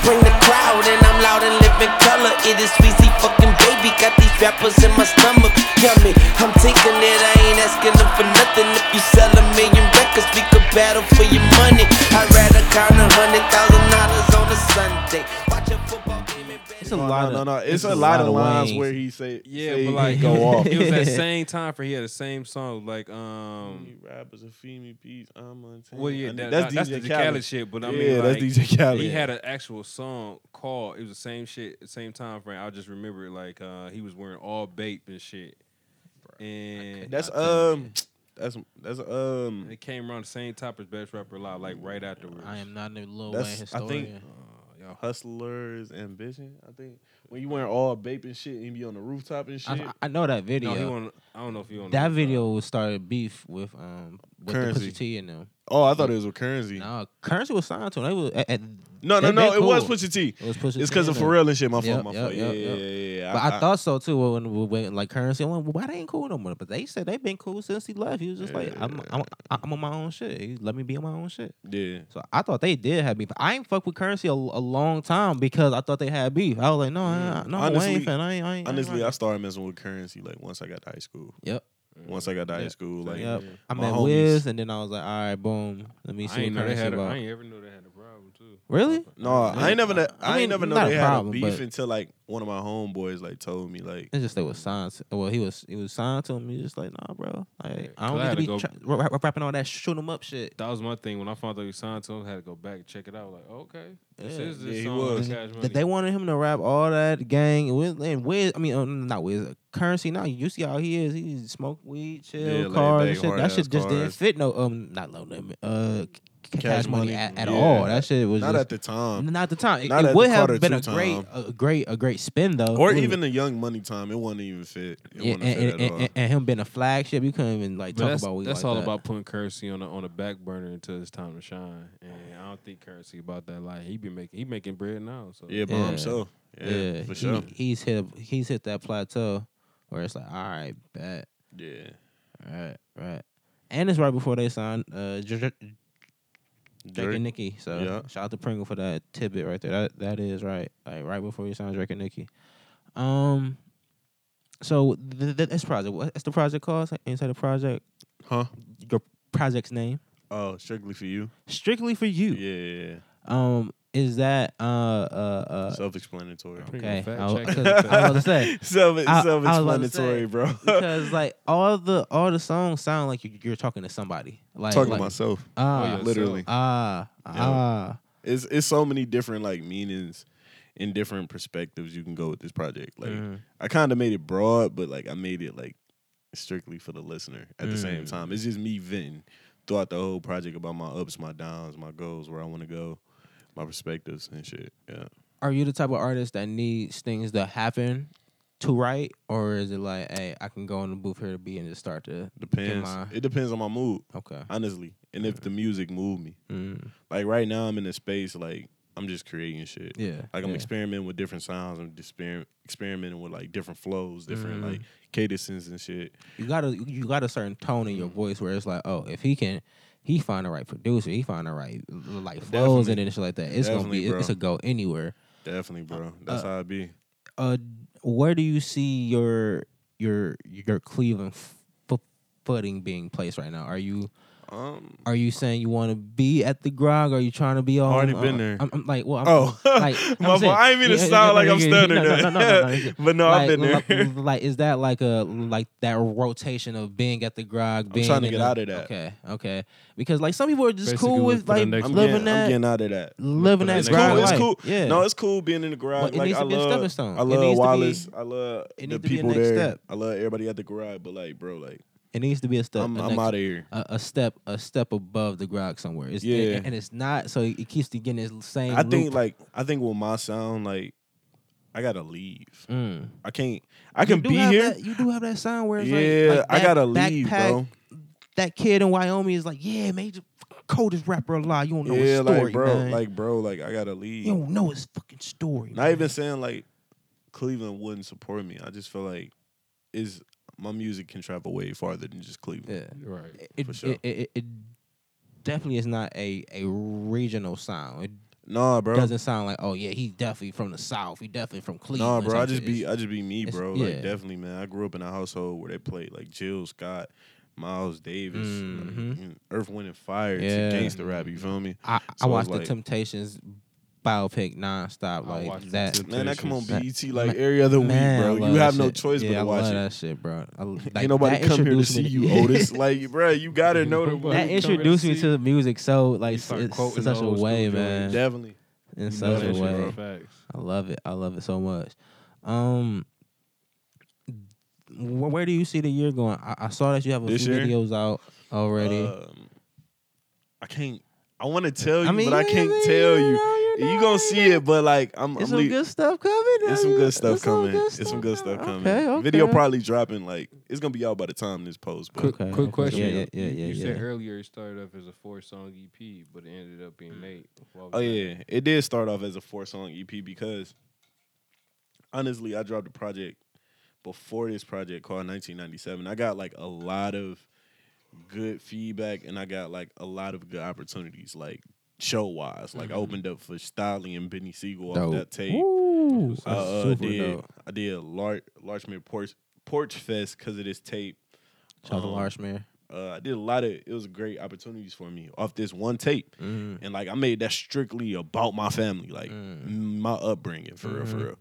[SPEAKER 4] Bring the crowd, and I'm loud and live in color. It is Weezy fucking baby, got these rappers in my stomach. Yummy, I'm taking it, I ain't asking them for nothing. If you sell a million records, we could battle for your money. I'd rather count a hundred thousand dollars on a Sunday. Watch a football game and bet
[SPEAKER 1] it's a
[SPEAKER 4] it.
[SPEAKER 3] Oh, No,
[SPEAKER 1] lot
[SPEAKER 3] no,
[SPEAKER 1] of
[SPEAKER 3] no, no. It's, a, lot, of lines
[SPEAKER 1] Waynes.
[SPEAKER 3] where he say,
[SPEAKER 2] Yeah,
[SPEAKER 3] say
[SPEAKER 2] but like
[SPEAKER 3] go off.
[SPEAKER 2] It was that same time for he had the same song like
[SPEAKER 3] Mm,
[SPEAKER 2] um.
[SPEAKER 3] rappers of Femi Peace, I'm on
[SPEAKER 2] Well, yeah, that, that-
[SPEAKER 3] that's,
[SPEAKER 2] that's
[SPEAKER 3] DJ
[SPEAKER 2] the
[SPEAKER 3] Khaled.
[SPEAKER 2] Khaled shit, but I
[SPEAKER 3] yeah,
[SPEAKER 2] mean, like,
[SPEAKER 3] that's DJ Khaled.
[SPEAKER 2] He had an actual song called. It was the same shit, the same time frame. I just remember it like uh, he was wearing all bape and shit, and
[SPEAKER 3] that's um, that's that's um,
[SPEAKER 2] it came around the same time as Best Rapper Alive, like right afterwards.
[SPEAKER 1] i am not a little wayne
[SPEAKER 3] That's- I
[SPEAKER 1] historian
[SPEAKER 3] think-
[SPEAKER 2] Uh, y'all-
[SPEAKER 3] hustlers ambition. I think when you wearing all bape and shit and be on the rooftop and shit.
[SPEAKER 1] I, I know that video
[SPEAKER 2] no, he won, I don't know if you on
[SPEAKER 1] that
[SPEAKER 2] the-
[SPEAKER 1] video was started beef with um with the
[SPEAKER 3] Currency.
[SPEAKER 1] Pusha T and them.
[SPEAKER 3] oh, I thought it was with currency. No,
[SPEAKER 1] No, currency was signed to him. They was at, at,
[SPEAKER 3] no, no,
[SPEAKER 1] they- they
[SPEAKER 3] it was
[SPEAKER 1] cool.
[SPEAKER 3] Pusha T.
[SPEAKER 1] It was Pusha
[SPEAKER 3] It's
[SPEAKER 1] T
[SPEAKER 3] because
[SPEAKER 1] and
[SPEAKER 3] of
[SPEAKER 1] them.
[SPEAKER 3] Pharrell and shit. My
[SPEAKER 1] Yep,
[SPEAKER 3] fault, my
[SPEAKER 1] yep,
[SPEAKER 3] fault. Yeah,
[SPEAKER 1] yep,
[SPEAKER 3] yeah,
[SPEAKER 1] yep.
[SPEAKER 3] yeah, yeah.
[SPEAKER 1] But I, thought so too when, when like currency. I went, why they ain't cool no more? But they said they been cool since he left. He was just like, I'm, I'm, I'm on my own shit. He let me be on my own shit.
[SPEAKER 3] yeah.
[SPEAKER 1] So I thought they did have beef. I ain't fuck with currency a, a long time because I thought they had beef. I was like, no, I, no, honestly,
[SPEAKER 3] Honestly-
[SPEAKER 1] Wayne fan. I ain't, I ain't,
[SPEAKER 3] Honestly,
[SPEAKER 1] I
[SPEAKER 3] I
[SPEAKER 1] ain't.
[SPEAKER 3] started messing with currency like once I got to high school.
[SPEAKER 1] yep,
[SPEAKER 3] Once I got to high
[SPEAKER 1] Yeah.
[SPEAKER 3] school, like
[SPEAKER 1] yep. I
[SPEAKER 3] my
[SPEAKER 1] met
[SPEAKER 3] homies-
[SPEAKER 1] Wiz, and then I was like, all right, boom. Let me
[SPEAKER 2] I
[SPEAKER 1] see
[SPEAKER 2] ain't
[SPEAKER 1] what
[SPEAKER 2] know they
[SPEAKER 1] currency
[SPEAKER 2] had. A, I
[SPEAKER 1] about.
[SPEAKER 2] ain't ever know they had a problem too.
[SPEAKER 1] Really?
[SPEAKER 3] No, I ain't never. kn-
[SPEAKER 1] I
[SPEAKER 3] I,
[SPEAKER 1] mean,
[SPEAKER 3] ain't never know
[SPEAKER 1] not a
[SPEAKER 3] they
[SPEAKER 1] problem,
[SPEAKER 3] had a beef
[SPEAKER 1] but-
[SPEAKER 3] until like one of my homeboys like told me like
[SPEAKER 1] It's just they was signed. To, well, he was he was signed to him. He was just like, nah, bro. Like, I
[SPEAKER 2] I
[SPEAKER 1] don't
[SPEAKER 2] had
[SPEAKER 1] need to
[SPEAKER 2] to
[SPEAKER 1] be
[SPEAKER 2] go-
[SPEAKER 1] tra- ra- ra- rapping all that shoot 'em up shit.
[SPEAKER 2] That was my thing when I found out he signed to him. I had to go back and check it out. Like, okay, this
[SPEAKER 1] Yeah.
[SPEAKER 2] is
[SPEAKER 3] Yeah,
[SPEAKER 2] this
[SPEAKER 3] he
[SPEAKER 2] song.
[SPEAKER 3] was.
[SPEAKER 2] Cash Money.
[SPEAKER 1] That they wanted him to rap all that gang and Wiz, and Wiz I mean, uh, not Wiz, currency. Now you see how he is. He smoke weed,
[SPEAKER 3] Yeah,
[SPEAKER 1] chill,
[SPEAKER 3] laid
[SPEAKER 1] cars,
[SPEAKER 3] back,
[SPEAKER 1] and shit. That
[SPEAKER 3] hard-ass
[SPEAKER 1] shit just didn't
[SPEAKER 3] cars.
[SPEAKER 1] fit. No, um, not low limit. Uh, c- cash, money,
[SPEAKER 3] Money,
[SPEAKER 1] at, at
[SPEAKER 3] yeah.
[SPEAKER 1] all. That shit was
[SPEAKER 3] not
[SPEAKER 1] just,
[SPEAKER 3] at the time
[SPEAKER 1] not the time. It,
[SPEAKER 3] not
[SPEAKER 1] it
[SPEAKER 3] at
[SPEAKER 1] would
[SPEAKER 3] the
[SPEAKER 1] have
[SPEAKER 3] Carter
[SPEAKER 1] been a
[SPEAKER 3] two
[SPEAKER 1] great, a great, a great spin though,
[SPEAKER 3] or
[SPEAKER 1] It
[SPEAKER 3] even
[SPEAKER 1] would've-
[SPEAKER 3] the young money time. It wouldn't even fit. It
[SPEAKER 1] yeah, and,
[SPEAKER 3] wouldn't fit
[SPEAKER 1] and,
[SPEAKER 3] at
[SPEAKER 1] and,
[SPEAKER 3] all.
[SPEAKER 1] and- and him being a flagship. You couldn't even like
[SPEAKER 2] But
[SPEAKER 1] talk
[SPEAKER 2] that's,
[SPEAKER 1] about weed
[SPEAKER 2] that's
[SPEAKER 1] like
[SPEAKER 2] all
[SPEAKER 1] that.
[SPEAKER 2] about putting currency on the on the back burner until it's time to shine. And I don't think currency about that. Like he be making he making bread now. So
[SPEAKER 3] yeah, by
[SPEAKER 1] Yeah.
[SPEAKER 3] himself. Yeah, for
[SPEAKER 1] he-
[SPEAKER 3] sure.
[SPEAKER 1] he's hit a- he's hit that plateau where it's like, all right, bet,
[SPEAKER 3] yeah,
[SPEAKER 1] right, right, and it's right before they sign uh Dr- Dr- Drake
[SPEAKER 3] Drake.
[SPEAKER 1] and Nicki. So
[SPEAKER 3] Yeah.
[SPEAKER 1] shout out to Pringle for that tidbit right there. That that is right, like right before you sign Drake and Nicki. Um, so th- th- this project, what's the project called? Inside the project,
[SPEAKER 3] huh?
[SPEAKER 1] your project's name,
[SPEAKER 3] Oh, strictly for you.
[SPEAKER 1] strictly for you.
[SPEAKER 3] Yeah,
[SPEAKER 1] Um, Is that uh uh uh?
[SPEAKER 3] Self-explanatory.
[SPEAKER 2] Pretty
[SPEAKER 1] okay,
[SPEAKER 2] fact
[SPEAKER 1] I, w-
[SPEAKER 2] check.
[SPEAKER 1] 'cause I was about to say
[SPEAKER 3] Self
[SPEAKER 1] I- I was about to say,
[SPEAKER 3] self-explanatory, bro.
[SPEAKER 1] because like all the all the songs sound like you, you're talking to somebody. Like
[SPEAKER 3] Talking
[SPEAKER 1] like,
[SPEAKER 3] myself,
[SPEAKER 1] ah
[SPEAKER 2] Oh, yeah.
[SPEAKER 3] literally.
[SPEAKER 1] ah ah.
[SPEAKER 3] It's it's so many different like meanings and different perspectives you can go with this project. Like
[SPEAKER 1] Mhm.
[SPEAKER 3] I kind of made it broad, but like I made it like strictly for the listener. At the same
[SPEAKER 1] Mm.
[SPEAKER 3] time, it's just me venting throughout the whole project about my ups, my downs, my goals, where I want to go, my perspectives and shit. Yeah.
[SPEAKER 1] Are you the type of artist that needs things to happen to write, or is it like, hey, I can go in the booth here to be and just start to?
[SPEAKER 3] Depends.
[SPEAKER 1] I-
[SPEAKER 3] It depends on my mood,
[SPEAKER 1] Okay.
[SPEAKER 3] honestly, and if the music moved me.
[SPEAKER 1] Mm,
[SPEAKER 3] Like right now, I'm in a space like I'm just creating shit.
[SPEAKER 1] yeah.
[SPEAKER 3] Like I'm
[SPEAKER 1] yeah.
[SPEAKER 3] experimenting with different sounds. I'm just exper- experimenting with like different flows, different
[SPEAKER 1] Mhm.
[SPEAKER 3] like cadences and shit.
[SPEAKER 1] you got to you got a certain tone in your voice where it's like, oh, if he can, he find the right producer, he find the right like flows and
[SPEAKER 3] Definitely.
[SPEAKER 1] then shit like that. It's
[SPEAKER 3] Definitely,
[SPEAKER 1] gonna be it's
[SPEAKER 3] bro.
[SPEAKER 1] a go anywhere.
[SPEAKER 3] Definitely, bro. That's
[SPEAKER 1] uh,
[SPEAKER 3] how it be.
[SPEAKER 1] Uh, where do you see your your your Cleveland f- footing being placed right now? Are you
[SPEAKER 3] Um.
[SPEAKER 1] are you saying you want to be at the grog? Are you trying to be all?
[SPEAKER 3] Already
[SPEAKER 1] uh,
[SPEAKER 3] been there.
[SPEAKER 1] I'm, I'm like, well, I'm,
[SPEAKER 3] Oh,
[SPEAKER 1] like, I'm
[SPEAKER 3] my fault.
[SPEAKER 1] saying-
[SPEAKER 3] I didn't mean to
[SPEAKER 1] yeah, yeah,
[SPEAKER 3] sound like
[SPEAKER 1] yeah,
[SPEAKER 3] I'm
[SPEAKER 1] yeah,
[SPEAKER 3] stuttering.
[SPEAKER 1] no, no, no, no, no, yeah.
[SPEAKER 3] but no, I've been
[SPEAKER 1] like,
[SPEAKER 3] there.
[SPEAKER 1] li- like, is that like a like that rotation of being at the grog? Being
[SPEAKER 3] trying to
[SPEAKER 1] in
[SPEAKER 3] get
[SPEAKER 1] the-
[SPEAKER 3] out of that.
[SPEAKER 1] Okay, okay. Because like some people are just
[SPEAKER 2] Basically
[SPEAKER 1] cool
[SPEAKER 2] look
[SPEAKER 1] with
[SPEAKER 2] for the
[SPEAKER 1] like
[SPEAKER 2] next
[SPEAKER 3] I'm,
[SPEAKER 1] living
[SPEAKER 3] getting,
[SPEAKER 1] that,
[SPEAKER 3] I'm getting out of that.
[SPEAKER 1] living
[SPEAKER 2] for the
[SPEAKER 1] that
[SPEAKER 2] next
[SPEAKER 1] grog
[SPEAKER 2] one.
[SPEAKER 3] It's
[SPEAKER 1] life.
[SPEAKER 3] cool.
[SPEAKER 1] Yeah.
[SPEAKER 3] No, it's cool being in the garage.
[SPEAKER 1] But it
[SPEAKER 3] like
[SPEAKER 1] needs
[SPEAKER 3] I
[SPEAKER 1] to be a
[SPEAKER 3] love,
[SPEAKER 1] stepping stone.
[SPEAKER 3] I
[SPEAKER 1] It
[SPEAKER 3] love
[SPEAKER 1] needs to be-
[SPEAKER 3] Wallace. I love
[SPEAKER 1] it
[SPEAKER 3] the
[SPEAKER 1] needs to be a
[SPEAKER 3] people
[SPEAKER 1] next
[SPEAKER 3] there.
[SPEAKER 1] step.
[SPEAKER 3] I love everybody at the garage. But like, bro, like
[SPEAKER 1] it needs to be a step.
[SPEAKER 3] I'm,
[SPEAKER 1] a
[SPEAKER 3] I'm
[SPEAKER 1] next-
[SPEAKER 3] out of here.
[SPEAKER 1] a, a step, a step above the grog somewhere. It's,
[SPEAKER 3] Yeah.
[SPEAKER 1] and it's not. So it keeps getting this same.
[SPEAKER 3] I think
[SPEAKER 1] loop.
[SPEAKER 3] like I think with my sound, like I gotta leave.
[SPEAKER 1] Mm.
[SPEAKER 3] I can't. I can
[SPEAKER 1] You do
[SPEAKER 3] be
[SPEAKER 1] have
[SPEAKER 3] here.
[SPEAKER 1] that- you do have that sound where it's like-
[SPEAKER 3] yeah,
[SPEAKER 1] like,
[SPEAKER 3] I
[SPEAKER 1] that
[SPEAKER 3] gotta leave,
[SPEAKER 1] backpack-
[SPEAKER 3] bro.
[SPEAKER 1] That kid in Wyoming is like, yeah, major coldest rapper alive. You don't know his
[SPEAKER 3] Yeah,
[SPEAKER 1] story,
[SPEAKER 3] like bro,
[SPEAKER 1] man.
[SPEAKER 3] like bro, like I gotta leave.
[SPEAKER 1] you don't know his fucking story.
[SPEAKER 3] Not even saying like Cleveland wouldn't support me. I just feel like is my music can travel way farther than just Cleveland.
[SPEAKER 1] yeah,
[SPEAKER 2] Right.
[SPEAKER 1] it,
[SPEAKER 3] for sure.
[SPEAKER 1] it, it, it definitely is not a a regional sound. It
[SPEAKER 3] Nah, bro.
[SPEAKER 1] doesn't sound like, oh yeah, he's definitely from the south. He definitely from
[SPEAKER 3] Nah,
[SPEAKER 1] Cleveland.
[SPEAKER 3] bro. I
[SPEAKER 1] It's-
[SPEAKER 3] just be
[SPEAKER 1] it's-
[SPEAKER 3] I just be me,
[SPEAKER 1] it's-
[SPEAKER 3] bro.
[SPEAKER 1] yeah.
[SPEAKER 3] Like definitely, man. I grew up in a household where they played like Jill Scott, Miles Davis, like,
[SPEAKER 1] Mhm.
[SPEAKER 3] you know, Earth, Wind and Fire,
[SPEAKER 1] Yeah.
[SPEAKER 3] to gangster rap. You feel me?
[SPEAKER 1] I, I
[SPEAKER 3] so it's
[SPEAKER 1] watched the
[SPEAKER 3] like-
[SPEAKER 1] Temptations biopic nonstop.
[SPEAKER 2] I
[SPEAKER 1] Like
[SPEAKER 2] watched the
[SPEAKER 1] that.
[SPEAKER 2] Temp-
[SPEAKER 3] Man, that come on
[SPEAKER 2] Temptations.
[SPEAKER 3] BET
[SPEAKER 1] That-
[SPEAKER 3] like every other
[SPEAKER 1] Man, I
[SPEAKER 3] week, bro.
[SPEAKER 1] love
[SPEAKER 3] You
[SPEAKER 1] that
[SPEAKER 3] have no
[SPEAKER 1] shit.
[SPEAKER 3] choice but
[SPEAKER 1] yeah,
[SPEAKER 3] to
[SPEAKER 1] I
[SPEAKER 3] watch
[SPEAKER 1] love
[SPEAKER 3] it.
[SPEAKER 1] that shit, bro. I, like,
[SPEAKER 3] Ain't nobody
[SPEAKER 1] that
[SPEAKER 3] come here to
[SPEAKER 1] introduced
[SPEAKER 3] see
[SPEAKER 1] me
[SPEAKER 3] you, Otis. Like, bro, you gotta know the
[SPEAKER 2] Nobody
[SPEAKER 1] that
[SPEAKER 2] Like,
[SPEAKER 1] introduced me
[SPEAKER 2] currency.
[SPEAKER 1] to the music so like
[SPEAKER 2] You
[SPEAKER 1] s-
[SPEAKER 2] start
[SPEAKER 1] it's
[SPEAKER 2] quoting
[SPEAKER 1] such a
[SPEAKER 2] old
[SPEAKER 1] way,
[SPEAKER 2] school
[SPEAKER 1] man.
[SPEAKER 2] joints.
[SPEAKER 3] Definitely.
[SPEAKER 1] In
[SPEAKER 2] You know
[SPEAKER 1] such
[SPEAKER 2] that
[SPEAKER 1] a
[SPEAKER 2] shit,
[SPEAKER 1] way,
[SPEAKER 2] bro. Facts.
[SPEAKER 1] I love it. I love it so much. Um, wh- where do you see the year going? I, I saw that you have a
[SPEAKER 3] This
[SPEAKER 1] few
[SPEAKER 3] year?
[SPEAKER 1] videos out already.
[SPEAKER 3] Um, I can't. I want to tell you,
[SPEAKER 1] I mean,
[SPEAKER 3] but I
[SPEAKER 1] you
[SPEAKER 3] can't
[SPEAKER 1] ain't-
[SPEAKER 3] tell you.
[SPEAKER 1] know,
[SPEAKER 3] You
[SPEAKER 1] know,
[SPEAKER 3] gonna see
[SPEAKER 1] know.
[SPEAKER 3] it, but like I'm.
[SPEAKER 1] It's
[SPEAKER 3] I'm
[SPEAKER 1] some
[SPEAKER 3] lea-
[SPEAKER 1] good stuff coming.
[SPEAKER 3] it's
[SPEAKER 1] I
[SPEAKER 3] some
[SPEAKER 1] mean,
[SPEAKER 3] good stuff
[SPEAKER 1] it's some
[SPEAKER 3] coming.
[SPEAKER 1] good
[SPEAKER 3] It's some good stuff coming.
[SPEAKER 1] Okay, okay.
[SPEAKER 3] Video probably dropping. Like it's gonna be out by the time this post. But
[SPEAKER 1] Quick- Okay,
[SPEAKER 2] Quick
[SPEAKER 1] okay.
[SPEAKER 2] question.
[SPEAKER 1] Yeah, yeah, yeah,
[SPEAKER 2] You-
[SPEAKER 1] yeah,
[SPEAKER 2] You
[SPEAKER 1] yeah.
[SPEAKER 2] said earlier it started off as a four song EP, but it ended up being eight. Why was
[SPEAKER 3] oh
[SPEAKER 2] that?
[SPEAKER 3] yeah, it did start off as a four song EP because honestly, I dropped a project before this project called 1997. I got like a lot of good feedback, and I got like a lot of good opportunities, like show wise. Like I opened up for Stiley and Benny Siegel off
[SPEAKER 1] Mm-hmm. Dope.
[SPEAKER 3] that tape.
[SPEAKER 1] Ooh,
[SPEAKER 3] I uh,
[SPEAKER 1] super
[SPEAKER 3] did.
[SPEAKER 1] dope.
[SPEAKER 3] I did large Larchmere Porch Porch Fest because of this tape.
[SPEAKER 1] Shout out to
[SPEAKER 3] Um,
[SPEAKER 1] Larshmere.
[SPEAKER 3] Uh, I did a lot of. It was great opportunities for me off this one tape,
[SPEAKER 1] Mm.
[SPEAKER 3] and like I made that strictly about my family, like
[SPEAKER 1] Mm.
[SPEAKER 3] m- my upbringing, for real, for
[SPEAKER 1] Mhm.
[SPEAKER 3] real.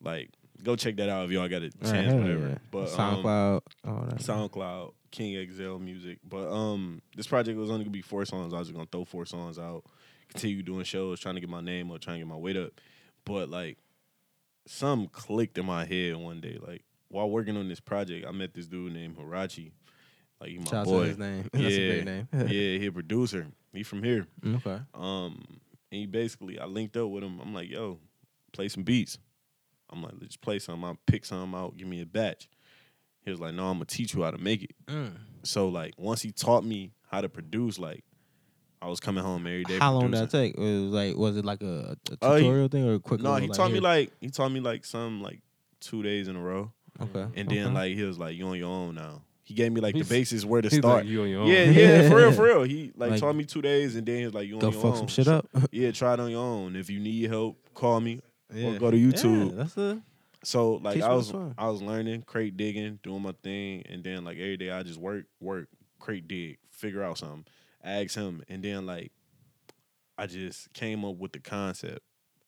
[SPEAKER 3] Like, go check that out if y'all got a
[SPEAKER 1] All right,
[SPEAKER 3] chance,
[SPEAKER 1] hell
[SPEAKER 3] whatever.
[SPEAKER 1] yeah.
[SPEAKER 3] But um,
[SPEAKER 1] SoundCloud, all that.
[SPEAKER 3] SoundCloud, King Exile Music. But um, this project was only gonna be four songs. I was just gonna throw four songs out, continue doing shows, trying to get my name up, trying to get my weight up. But like, some clicked in my head one day. Like while working on this project, I met this dude named Hirachi. Like he my
[SPEAKER 1] Shout out to
[SPEAKER 3] boy.
[SPEAKER 1] his name. That's a
[SPEAKER 3] Yeah.
[SPEAKER 1] great name.
[SPEAKER 3] yeah, he a producer. He from here.
[SPEAKER 1] Mm, okay.
[SPEAKER 3] Um, and he basically, I linked up with him. I'm like, yo, play some beats. I'm like, let's play some. I'll pick some out. Give me a batch. He was like, no, I'm gonna teach you how to make it.
[SPEAKER 1] Mm.
[SPEAKER 3] So like, once he taught me how to produce, like, I was coming home every day.
[SPEAKER 1] How long did
[SPEAKER 3] producing.
[SPEAKER 1] that take? It was like, was it like a, a
[SPEAKER 3] Uh, he-
[SPEAKER 1] tutorial thing or a quick?
[SPEAKER 3] No,
[SPEAKER 1] little,
[SPEAKER 3] he taught me
[SPEAKER 1] here-
[SPEAKER 3] like he taught me like some like two days in a row,
[SPEAKER 1] okay,
[SPEAKER 3] and then
[SPEAKER 1] okay.
[SPEAKER 3] like he was like, you on your own now. He gave me like
[SPEAKER 2] He's-
[SPEAKER 3] the basis where to
[SPEAKER 2] He's
[SPEAKER 3] start.
[SPEAKER 2] like, you on your own.
[SPEAKER 3] yeah, yeah, for real, for real. He like,
[SPEAKER 1] Like,
[SPEAKER 3] taught me two days, and then he was like, you on
[SPEAKER 1] go
[SPEAKER 3] your
[SPEAKER 1] fuck
[SPEAKER 3] own.
[SPEAKER 1] some shit up.
[SPEAKER 3] Yeah, try it on your own. If you need help, call me.
[SPEAKER 1] Yeah.
[SPEAKER 3] go to YouTube.
[SPEAKER 1] Yeah, that's a
[SPEAKER 3] So like
[SPEAKER 1] Teach
[SPEAKER 3] I
[SPEAKER 1] me
[SPEAKER 3] was
[SPEAKER 1] the song.
[SPEAKER 3] I was learning, crate digging, doing my thing, and then like every day I just work, work, crate dig, figure out something, ask him, and then like I just came up with the concept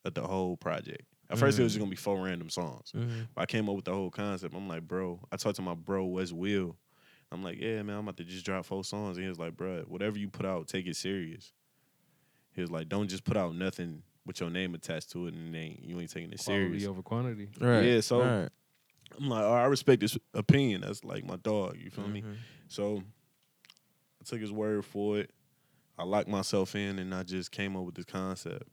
[SPEAKER 3] of the whole project. At first, it was just
[SPEAKER 1] Mm.
[SPEAKER 3] gonna be four random songs.
[SPEAKER 1] mm-hmm.
[SPEAKER 3] I came up with the whole concept. I'm like, bro, I talked to my bro Wes Will. I'm like, yeah, man, I'm about to just drop four songs. And he was like, bro, whatever you put out, take it serious. He was like, don't just put out nothing with your name attached to it and it ain't, you ain't taking it serious.
[SPEAKER 2] Quality over quantity.
[SPEAKER 1] Right.
[SPEAKER 3] Yeah, so-
[SPEAKER 1] right.
[SPEAKER 3] I'm like, all right, I respect his opinion. That's like my dog. You feel me?
[SPEAKER 1] Mhm.
[SPEAKER 3] So I took his word for it. I locked myself in and I just came up with this concept.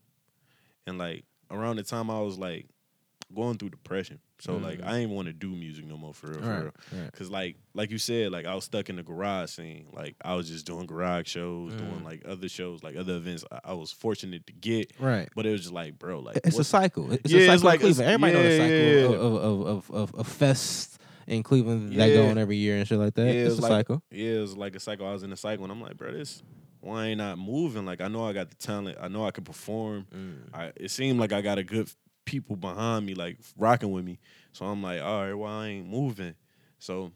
[SPEAKER 3] And like around the time I was like going through depression. So like
[SPEAKER 1] Mhm.
[SPEAKER 3] I ain't want to do music no more for real, for
[SPEAKER 1] Right,
[SPEAKER 3] real.
[SPEAKER 1] right.
[SPEAKER 3] Cause like like you said, like I was stuck in the garage scene. Like I was just doing garage shows, doing
[SPEAKER 1] Mhm.
[SPEAKER 3] like other shows, like other events I, I was fortunate to get.
[SPEAKER 1] Right.
[SPEAKER 3] But it was just like, bro, like
[SPEAKER 1] It's a
[SPEAKER 3] what-
[SPEAKER 1] cycle. It's
[SPEAKER 3] Yeah,
[SPEAKER 1] a
[SPEAKER 3] it's
[SPEAKER 1] cycle
[SPEAKER 3] like
[SPEAKER 1] in Cleveland.
[SPEAKER 3] it's-
[SPEAKER 1] Everybody knows the cycle
[SPEAKER 3] yeah, yeah.
[SPEAKER 1] Of, of, of, of, of fest in Cleveland that go
[SPEAKER 3] Yeah.
[SPEAKER 1] on every year and shit like that.
[SPEAKER 3] Yeah,
[SPEAKER 1] it's
[SPEAKER 3] it's
[SPEAKER 1] a
[SPEAKER 3] like-
[SPEAKER 1] cycle.
[SPEAKER 3] Yeah, it was like a cycle. I was in a cycle, and I'm like, bro, this why ain't I moving? Like, I know I got the talent. I know I can perform.
[SPEAKER 1] Mm.
[SPEAKER 3] I it seemed like I got a good people behind me, like rocking with me. So I'm like, all right, well, I ain't moving. So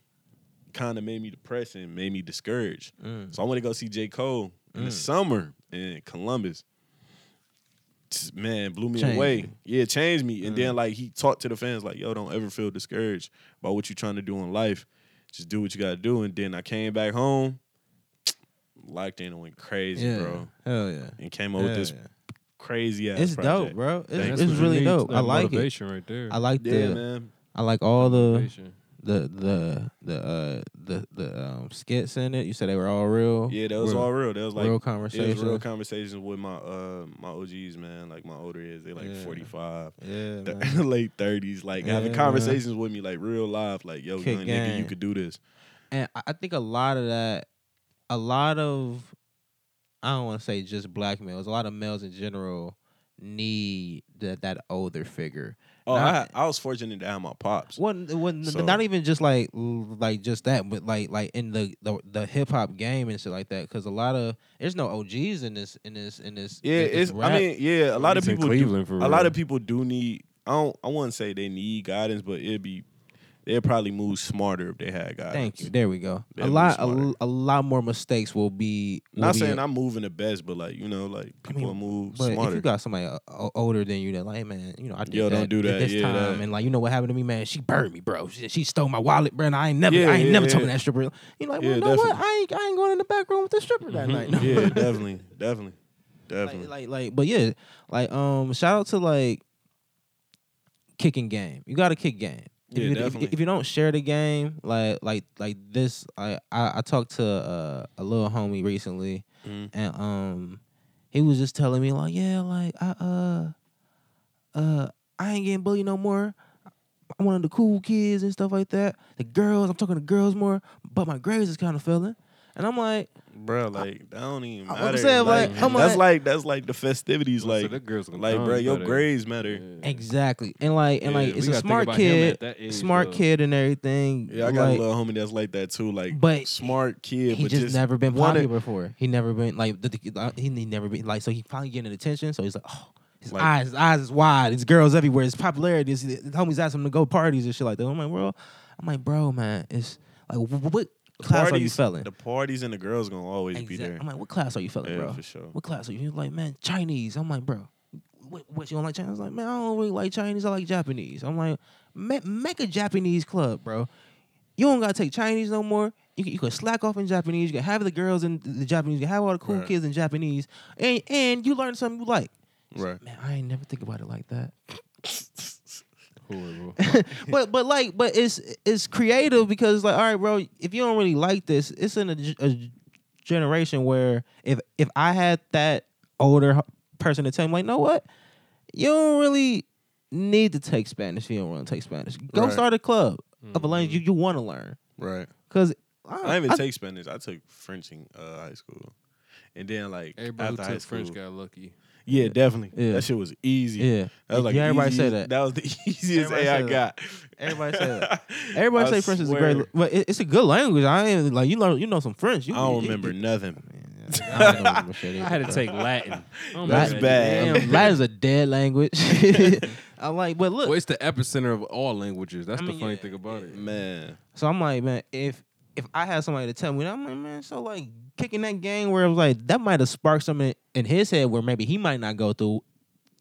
[SPEAKER 3] kind of made me depressed and made me discouraged. So I went to go see J. Cole in the
[SPEAKER 1] Mm.
[SPEAKER 3] summer in Columbus. Just, man, blew me
[SPEAKER 1] Changed
[SPEAKER 3] away.
[SPEAKER 1] you.
[SPEAKER 3] Yeah, changed me. And
[SPEAKER 1] Mm.
[SPEAKER 3] then like he talked to the fans, like, yo, don't ever feel discouraged by what you're trying to do in life. Just do what you gotta do. And then I came back home, locked in and went crazy,
[SPEAKER 1] Yeah.
[SPEAKER 3] bro.
[SPEAKER 1] Hell yeah.
[SPEAKER 3] And came up with
[SPEAKER 1] Hell
[SPEAKER 3] this
[SPEAKER 1] yeah.
[SPEAKER 3] crazy ass.
[SPEAKER 1] It's
[SPEAKER 3] project.
[SPEAKER 1] dope, bro.
[SPEAKER 3] Thanks
[SPEAKER 1] It's,
[SPEAKER 3] for
[SPEAKER 1] it's
[SPEAKER 3] the
[SPEAKER 1] really dope.
[SPEAKER 2] That
[SPEAKER 1] I like it.
[SPEAKER 2] motivation right there.
[SPEAKER 1] I like
[SPEAKER 3] Yeah,
[SPEAKER 1] the.
[SPEAKER 3] man.
[SPEAKER 1] I like all the
[SPEAKER 2] Motivation.
[SPEAKER 1] the the the uh the the um skits in it. You said they were all real.
[SPEAKER 3] Yeah, that was
[SPEAKER 1] Oh, real,
[SPEAKER 3] all real. That was like
[SPEAKER 1] real
[SPEAKER 3] it was
[SPEAKER 1] conversation.
[SPEAKER 3] real conversations with my uh my OGs, man. Like my older is, they like
[SPEAKER 1] Yeah.
[SPEAKER 3] 45.
[SPEAKER 1] yeah,
[SPEAKER 3] the
[SPEAKER 1] man.
[SPEAKER 3] late thirties, like having
[SPEAKER 1] Yeah,
[SPEAKER 3] conversations with me, like real live, like yo,
[SPEAKER 1] Kick
[SPEAKER 3] young nigga, you
[SPEAKER 1] game.
[SPEAKER 3] could do this.
[SPEAKER 1] and I- I think a lot of that, a lot of, I don't want to say just black males, a lot of males in general need that that older figure.
[SPEAKER 3] Oh,
[SPEAKER 1] Nah.
[SPEAKER 3] I, I was fortunate to have my pops.
[SPEAKER 1] Wasn't wasn't
[SPEAKER 3] So-
[SPEAKER 1] not even just like l- like just that, but like like in the the, the hip hop game and shit like that. Because a lot of there's no OGs in this in this in this.
[SPEAKER 3] Yeah,
[SPEAKER 1] in this
[SPEAKER 3] it's.
[SPEAKER 1] rap.
[SPEAKER 3] I mean, yeah, a lot of
[SPEAKER 2] It's in
[SPEAKER 3] people. Do,
[SPEAKER 2] Cleveland for
[SPEAKER 3] a lot
[SPEAKER 2] real.
[SPEAKER 3] of people do need. I don't. I wouldn't say they need guidance, but it'd be. They'd probably move smarter if they had guidance.
[SPEAKER 1] Thank you. There we go.
[SPEAKER 3] That'd
[SPEAKER 1] a
[SPEAKER 3] be
[SPEAKER 1] lot, a,
[SPEAKER 3] smarter.
[SPEAKER 1] l- a lot more mistakes will be. Will
[SPEAKER 3] Not
[SPEAKER 1] be-
[SPEAKER 3] saying I'm moving the best, but like you know, like
[SPEAKER 1] I
[SPEAKER 3] people
[SPEAKER 1] mean,
[SPEAKER 3] move
[SPEAKER 1] But
[SPEAKER 3] smarter.
[SPEAKER 1] if you got somebody uh, o- older than you, that like, hey, man, you know, I did
[SPEAKER 3] Yo,
[SPEAKER 1] that
[SPEAKER 3] don't do
[SPEAKER 1] at
[SPEAKER 3] that.
[SPEAKER 1] this
[SPEAKER 3] Yeah,
[SPEAKER 1] time,
[SPEAKER 3] that-
[SPEAKER 1] and like, you know what happened to me, man? She burned me, bro. She, she stole my wallet, bro. And I ain't never,
[SPEAKER 3] Yeah,
[SPEAKER 1] I ain't
[SPEAKER 3] yeah,
[SPEAKER 1] never
[SPEAKER 3] yeah.
[SPEAKER 1] told that stripper. You like, well,
[SPEAKER 3] Yeah,
[SPEAKER 1] you know what?
[SPEAKER 3] definitely. Mm-hmm.
[SPEAKER 1] I ain't, I ain't going in the back room with the stripper that night. No.
[SPEAKER 3] yeah, definitely, definitely, definitely.
[SPEAKER 1] like, like, like, but yeah, like, um, shout out to like kicking game. You got to kick game. If,
[SPEAKER 3] Yeah,
[SPEAKER 1] you, if,
[SPEAKER 3] definitely.
[SPEAKER 1] if you don't share the game, like like like this, I I, I talked to uh, a little homie recently,
[SPEAKER 3] Mhm.
[SPEAKER 1] and um, he was just telling me like, yeah, like I uh uh I ain't getting bullied no more. I'm one of the cool kids and stuff like that. The girls, I'm talking to girls more, but my grades is kind of failing. And I'm like,
[SPEAKER 3] bro, like that don't even
[SPEAKER 1] I'm
[SPEAKER 3] matter.
[SPEAKER 1] saying, like, I'm
[SPEAKER 3] that's
[SPEAKER 1] like-
[SPEAKER 3] like that's like the festivities,
[SPEAKER 2] So
[SPEAKER 3] like
[SPEAKER 2] the girls gonna
[SPEAKER 3] like
[SPEAKER 2] come
[SPEAKER 3] bro, your
[SPEAKER 2] better.
[SPEAKER 3] grades matter.
[SPEAKER 2] Yeah.
[SPEAKER 1] exactly. And like and
[SPEAKER 3] Yeah,
[SPEAKER 1] like
[SPEAKER 2] we
[SPEAKER 1] it's a
[SPEAKER 2] gotta think
[SPEAKER 1] smart
[SPEAKER 2] about him
[SPEAKER 1] kid.
[SPEAKER 2] at that age,
[SPEAKER 1] smart
[SPEAKER 2] though.
[SPEAKER 1] kid and everything.
[SPEAKER 3] Yeah, I got
[SPEAKER 1] like,
[SPEAKER 3] a little homie that's like that too. Like,
[SPEAKER 1] But
[SPEAKER 3] smart kid,
[SPEAKER 1] he
[SPEAKER 3] but
[SPEAKER 1] just, never been
[SPEAKER 3] wanted-
[SPEAKER 1] popular before. He never been like the, the, uh, he he never been like so he finally getting attention. So he's like, oh, his
[SPEAKER 3] Like-
[SPEAKER 1] eyes his eyes is wide. His girls everywhere. His popularity. His, his homies ask him to go parties and shit like that. I'm like, bro, I'm like, bro, man, it's like wh- wh- what class are you failing?
[SPEAKER 3] The parties and the girls gonna always be
[SPEAKER 1] Exact-
[SPEAKER 3] there.
[SPEAKER 1] I'm like, what class are you failing,
[SPEAKER 3] Yeah,
[SPEAKER 1] bro?
[SPEAKER 3] for sure.
[SPEAKER 1] What class are you? He's like, man, Chinese. I'm like, bro, what, what you don't like Chinese? I was like, man, I don't really like Chinese. I like Japanese. I'm like, "Ma- make a Japanese club, bro. You don't gotta take Chinese no more. You can, you can slack off in Japanese. You can have the girls in the Japanese. You can have all the cool
[SPEAKER 3] Right.
[SPEAKER 1] kids in Japanese, and and you learn something you like. He's like,
[SPEAKER 3] Right.
[SPEAKER 1] man, I ain't never think about it like that.
[SPEAKER 2] Horrible.
[SPEAKER 1] but but like but it's it's creative because like all right bro if you don't really like this it's in a, g- a g- generation where if if i had that older h- person to tell me like know what you don't really need to take spanish if you don't want to take spanish go
[SPEAKER 3] Right.
[SPEAKER 1] start a club of a language you, you want to learn
[SPEAKER 3] Right.
[SPEAKER 1] because
[SPEAKER 3] I didn't even take Spanish. I took French in uh, high school, and then like
[SPEAKER 2] Everybody who
[SPEAKER 3] after high
[SPEAKER 2] took
[SPEAKER 3] school,
[SPEAKER 2] French got lucky.
[SPEAKER 3] yeah, definitely.
[SPEAKER 1] Yeah.
[SPEAKER 3] That shit was easy.
[SPEAKER 1] yeah
[SPEAKER 3] That was like
[SPEAKER 1] Yeah,
[SPEAKER 3] the
[SPEAKER 1] everybody say that.
[SPEAKER 3] easiest- That was the easiest
[SPEAKER 1] Everybody
[SPEAKER 3] A I
[SPEAKER 1] say that.
[SPEAKER 3] got.
[SPEAKER 1] Everybody say that. everybody
[SPEAKER 3] I
[SPEAKER 1] say french is a
[SPEAKER 3] swear,
[SPEAKER 1] great but it, it's a good language i ain't like you learn you know some french you
[SPEAKER 3] I don't
[SPEAKER 1] you-
[SPEAKER 3] remember nothing.
[SPEAKER 1] Man, I don't remember shit
[SPEAKER 2] I
[SPEAKER 1] either,
[SPEAKER 2] had to
[SPEAKER 1] bro.
[SPEAKER 2] take Latin. Oh my
[SPEAKER 3] That's
[SPEAKER 2] God,
[SPEAKER 3] bad.
[SPEAKER 2] damn.
[SPEAKER 1] Damn, Latin's a dead language. I'm like, but look.
[SPEAKER 2] Well, it's the epicenter of all languages. That's
[SPEAKER 1] I mean,
[SPEAKER 2] the funny
[SPEAKER 1] yeah,
[SPEAKER 2] thing about it.
[SPEAKER 3] Man,
[SPEAKER 1] So I'm like, man, if if I had somebody to tell me, I'm like, man, so like kicking that game where it was like that might have sparked something in his head where maybe he might not go through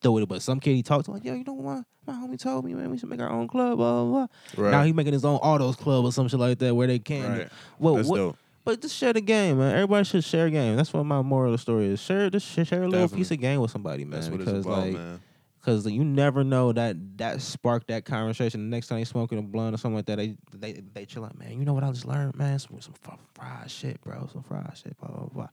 [SPEAKER 1] through it, but some kid he talked to like, yo, you know what? My homie told me, man, we should make our own club, blah blah. blah. Now he making his own autos club or some shit like that where they can.
[SPEAKER 3] Right.
[SPEAKER 1] Well,
[SPEAKER 3] That's
[SPEAKER 1] what,
[SPEAKER 3] dope.
[SPEAKER 1] But just share the game, man. Everybody should share game. That's what my moral of the story is. Share this, share a little
[SPEAKER 3] Definitely.
[SPEAKER 1] piece of game with somebody, man.
[SPEAKER 3] That's what it's
[SPEAKER 1] because
[SPEAKER 3] about,
[SPEAKER 1] like,
[SPEAKER 3] man.
[SPEAKER 1] because you never know that that sparked that conversation. The next time they smoking a blunt or something like that, they they they chill out, man. You know what I just learned, man? Some some fr- fried shit, bro. Some fried shit, blah blah blah.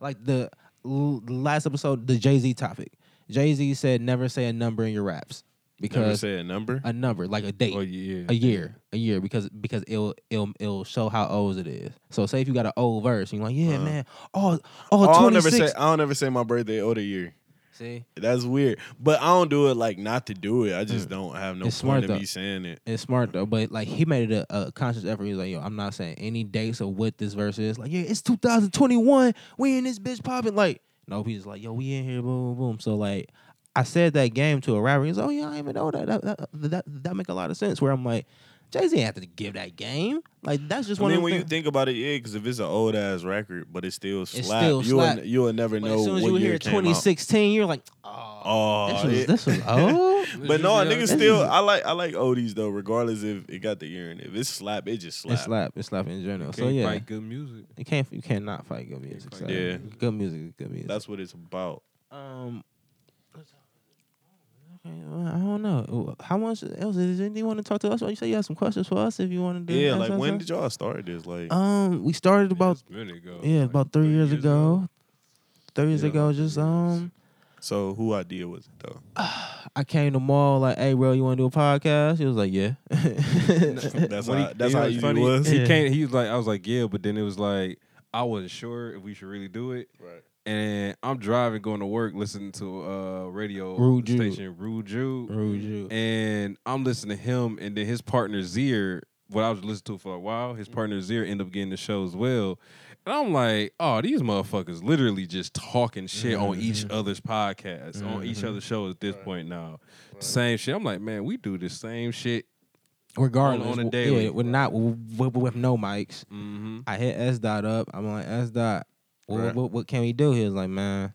[SPEAKER 1] Like the l- last episode, the Jay Z topic. Jay Z said, "Never say a number in your raps
[SPEAKER 3] Never
[SPEAKER 1] because
[SPEAKER 3] say a number.
[SPEAKER 1] a number, like a date,
[SPEAKER 2] Oh yeah.
[SPEAKER 1] a year, a year, because because it'll it'll it'll show how old it is. So say if you got an old verse, you're like, yeah,
[SPEAKER 3] Uh-huh.
[SPEAKER 1] man, oh, oh,
[SPEAKER 3] Oh, I don't
[SPEAKER 1] 26.
[SPEAKER 3] ever say. I don't ever say my birthday or the year.
[SPEAKER 1] See,
[SPEAKER 3] That's weird. But I don't do it like not to do it. I just don't have no
[SPEAKER 1] It's smart,
[SPEAKER 3] point
[SPEAKER 1] though.
[SPEAKER 3] to be saying it.
[SPEAKER 1] it's smart though, but like he made it a, a conscious effort. He was like, yo, I'm not saying any dates or what this verse is. Like, yeah, it's 2021. We in this bitch popping. Like, no, he's just like, yo, we in here, boom, boom, boom. So like, I said that game to a rapper. He's oh yeah, I didn't even know that. That that that, that make a lot of sense. Where I'm like, Jay Z have to give that game. Like that's just
[SPEAKER 3] I
[SPEAKER 1] one
[SPEAKER 3] mean,
[SPEAKER 1] of
[SPEAKER 3] when
[SPEAKER 1] the
[SPEAKER 3] you think about it, yeah, because if it's an old ass record, but it still slap,
[SPEAKER 1] still
[SPEAKER 3] you will,
[SPEAKER 1] slap.
[SPEAKER 3] you will never know
[SPEAKER 1] as soon as
[SPEAKER 3] what
[SPEAKER 1] you
[SPEAKER 3] year
[SPEAKER 1] hear
[SPEAKER 3] it came out.
[SPEAKER 1] 2016, you're like, oh,
[SPEAKER 3] Oh,
[SPEAKER 1] this was
[SPEAKER 3] yeah.
[SPEAKER 1] this was oh. old.
[SPEAKER 3] but no,
[SPEAKER 2] This
[SPEAKER 3] niggas
[SPEAKER 2] is-
[SPEAKER 3] still. I like I like oldies though, regardless if it got the year in. it. If it's slap, it just slap.
[SPEAKER 1] It's slap, it's slap in general. So
[SPEAKER 2] Can't
[SPEAKER 1] yeah,
[SPEAKER 2] fight good music.
[SPEAKER 1] you can't you cannot fight good music. So.
[SPEAKER 2] fight
[SPEAKER 3] good Yeah.
[SPEAKER 1] good music is good music.
[SPEAKER 3] That's what it's about.
[SPEAKER 1] um. okay, well, I don't know. How much else is there anything you want to talk to us? about? You say you have some questions for us if you want to do.
[SPEAKER 3] Yeah,
[SPEAKER 1] ask
[SPEAKER 3] like
[SPEAKER 1] us
[SPEAKER 3] when
[SPEAKER 1] that?
[SPEAKER 3] did y'all start this? Like,
[SPEAKER 1] um we started about
[SPEAKER 2] It's a minute ago.
[SPEAKER 1] yeah
[SPEAKER 2] Like,
[SPEAKER 1] about three years ago, three years
[SPEAKER 3] Yeah,
[SPEAKER 1] ago
[SPEAKER 3] about three
[SPEAKER 1] just
[SPEAKER 3] years.
[SPEAKER 1] um
[SPEAKER 3] so who idea was it though?
[SPEAKER 1] I came to the mall like hey bro you want to do a podcast he was like yeah
[SPEAKER 3] That's
[SPEAKER 2] When he-
[SPEAKER 3] how that's
[SPEAKER 2] you know
[SPEAKER 3] how
[SPEAKER 2] what's
[SPEAKER 3] easy it
[SPEAKER 2] funny?
[SPEAKER 3] was.
[SPEAKER 2] He
[SPEAKER 1] Yeah.
[SPEAKER 2] can't. He was like, I was like, yeah, but then it was like, I wasn't sure if we should really do it.
[SPEAKER 3] Right.
[SPEAKER 2] And I'm driving, going to work, listening to uh radio
[SPEAKER 1] Rude Jude.
[SPEAKER 2] station, Rude Jude,
[SPEAKER 1] Rude you.
[SPEAKER 2] and I'm listening to him, and then his partner Zier. What I was listening to for a while, his partner Zier ended up getting the show as well. And I'm like, oh, these motherfuckers literally just talking shit on each other's podcast, on each other's show at this point now. Same shit. I'm like, man, we do the same shit.
[SPEAKER 1] regardless
[SPEAKER 2] on a
[SPEAKER 1] w-
[SPEAKER 2] daily.
[SPEAKER 1] Yeah, with not with, with, with no mics.
[SPEAKER 2] Mm-hmm.
[SPEAKER 1] I hit S dot up. I'm like S dot. What,
[SPEAKER 3] Right.
[SPEAKER 1] what, what can we do? He was like, man,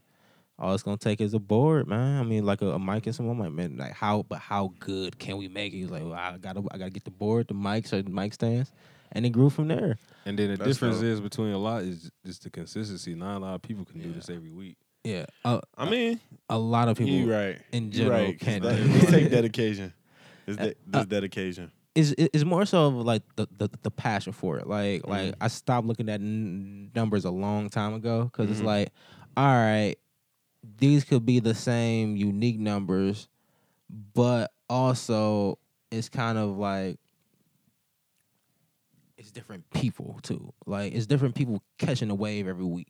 [SPEAKER 1] all it's gonna take is a board, man. I mean, like a, a mic and someone. I'm like, man, like how? But how good can we make it? He was like, well, I gotta, I gotta get the board, the mics, or the mic stands, and it grew from there.
[SPEAKER 2] And then the
[SPEAKER 3] That's
[SPEAKER 2] difference
[SPEAKER 3] dope.
[SPEAKER 2] is between a lot is just the consistency. Not a lot of people can do this every week.
[SPEAKER 1] Yeah, a,
[SPEAKER 3] I mean,
[SPEAKER 1] a lot of uh, people.
[SPEAKER 3] you right.
[SPEAKER 1] in
[SPEAKER 3] You
[SPEAKER 1] general
[SPEAKER 3] right, 'cause
[SPEAKER 1] can't
[SPEAKER 3] that-
[SPEAKER 1] do it.
[SPEAKER 3] It's like dedication. It's,
[SPEAKER 1] Uh,
[SPEAKER 3] de- it's dedication.
[SPEAKER 1] is is more so of like the, the the passion for it. Like
[SPEAKER 3] Mm-hmm.
[SPEAKER 1] like I stopped looking at n- numbers a long time ago because
[SPEAKER 3] Mm-hmm.
[SPEAKER 1] it's like, all right, these could be the same unique numbers, but also it's kind of like it's different people too. Like it's different people catching the wave every week.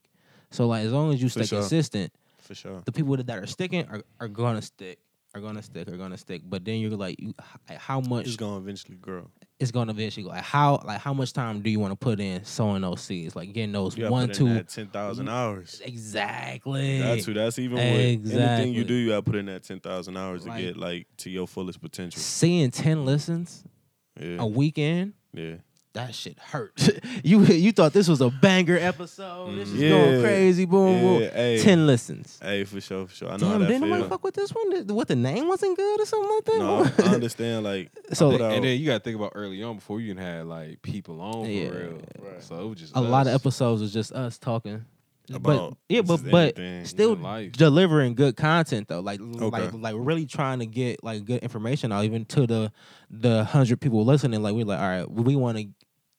[SPEAKER 1] So like as long as you
[SPEAKER 3] For
[SPEAKER 1] stay
[SPEAKER 3] sure.
[SPEAKER 1] consistent,
[SPEAKER 3] For sure.
[SPEAKER 1] the people that that are sticking are, are gonna stick. Are gonna stick. Are gonna stick. But then you're like, you, h- how much
[SPEAKER 3] It's gonna eventually grow.
[SPEAKER 1] it's gonna eventually go. Like how like how much time do you want to put in sowing those seeds? Like getting those
[SPEAKER 3] You gotta
[SPEAKER 1] one
[SPEAKER 3] put in
[SPEAKER 1] two
[SPEAKER 3] that ten thousand hours.
[SPEAKER 1] exactly.
[SPEAKER 3] That's who. That's even what anything
[SPEAKER 1] Exactly.
[SPEAKER 3] you do, you gotta put in that ten thousand hours to
[SPEAKER 1] Like-
[SPEAKER 3] get like to your fullest potential.
[SPEAKER 1] Seeing ten listens a Oh.
[SPEAKER 3] Yeah,
[SPEAKER 1] weekend.
[SPEAKER 3] yeah.
[SPEAKER 1] That shit hurt. you you thought this was a banger episode. This is going
[SPEAKER 3] Yeah.
[SPEAKER 1] crazy. Boom boom.
[SPEAKER 3] Mm. Yeah, hey.
[SPEAKER 1] Ten listens.
[SPEAKER 3] Hey, for sure, for sure. I know
[SPEAKER 1] Damn,
[SPEAKER 3] how that
[SPEAKER 1] didn't nobody
[SPEAKER 3] feel.
[SPEAKER 1] fuck with this one? Th- What the name wasn't good or something like that?
[SPEAKER 3] no, I, I understand. Like, uh,
[SPEAKER 1] So-
[SPEAKER 3] I put out,
[SPEAKER 2] and then you gotta think about early on before you even had like people on for
[SPEAKER 1] Yeah.
[SPEAKER 2] real. So it was just
[SPEAKER 1] a lot of
[SPEAKER 2] us.
[SPEAKER 1] episodes was just us talking. but
[SPEAKER 3] About
[SPEAKER 1] yeah, but
[SPEAKER 3] just
[SPEAKER 1] but
[SPEAKER 3] anything in
[SPEAKER 1] still
[SPEAKER 2] life.
[SPEAKER 1] delivering good content though, like like
[SPEAKER 3] Okay.
[SPEAKER 1] like really trying to get like good information out even to the the hundred people listening. Like we're like, all right, we want to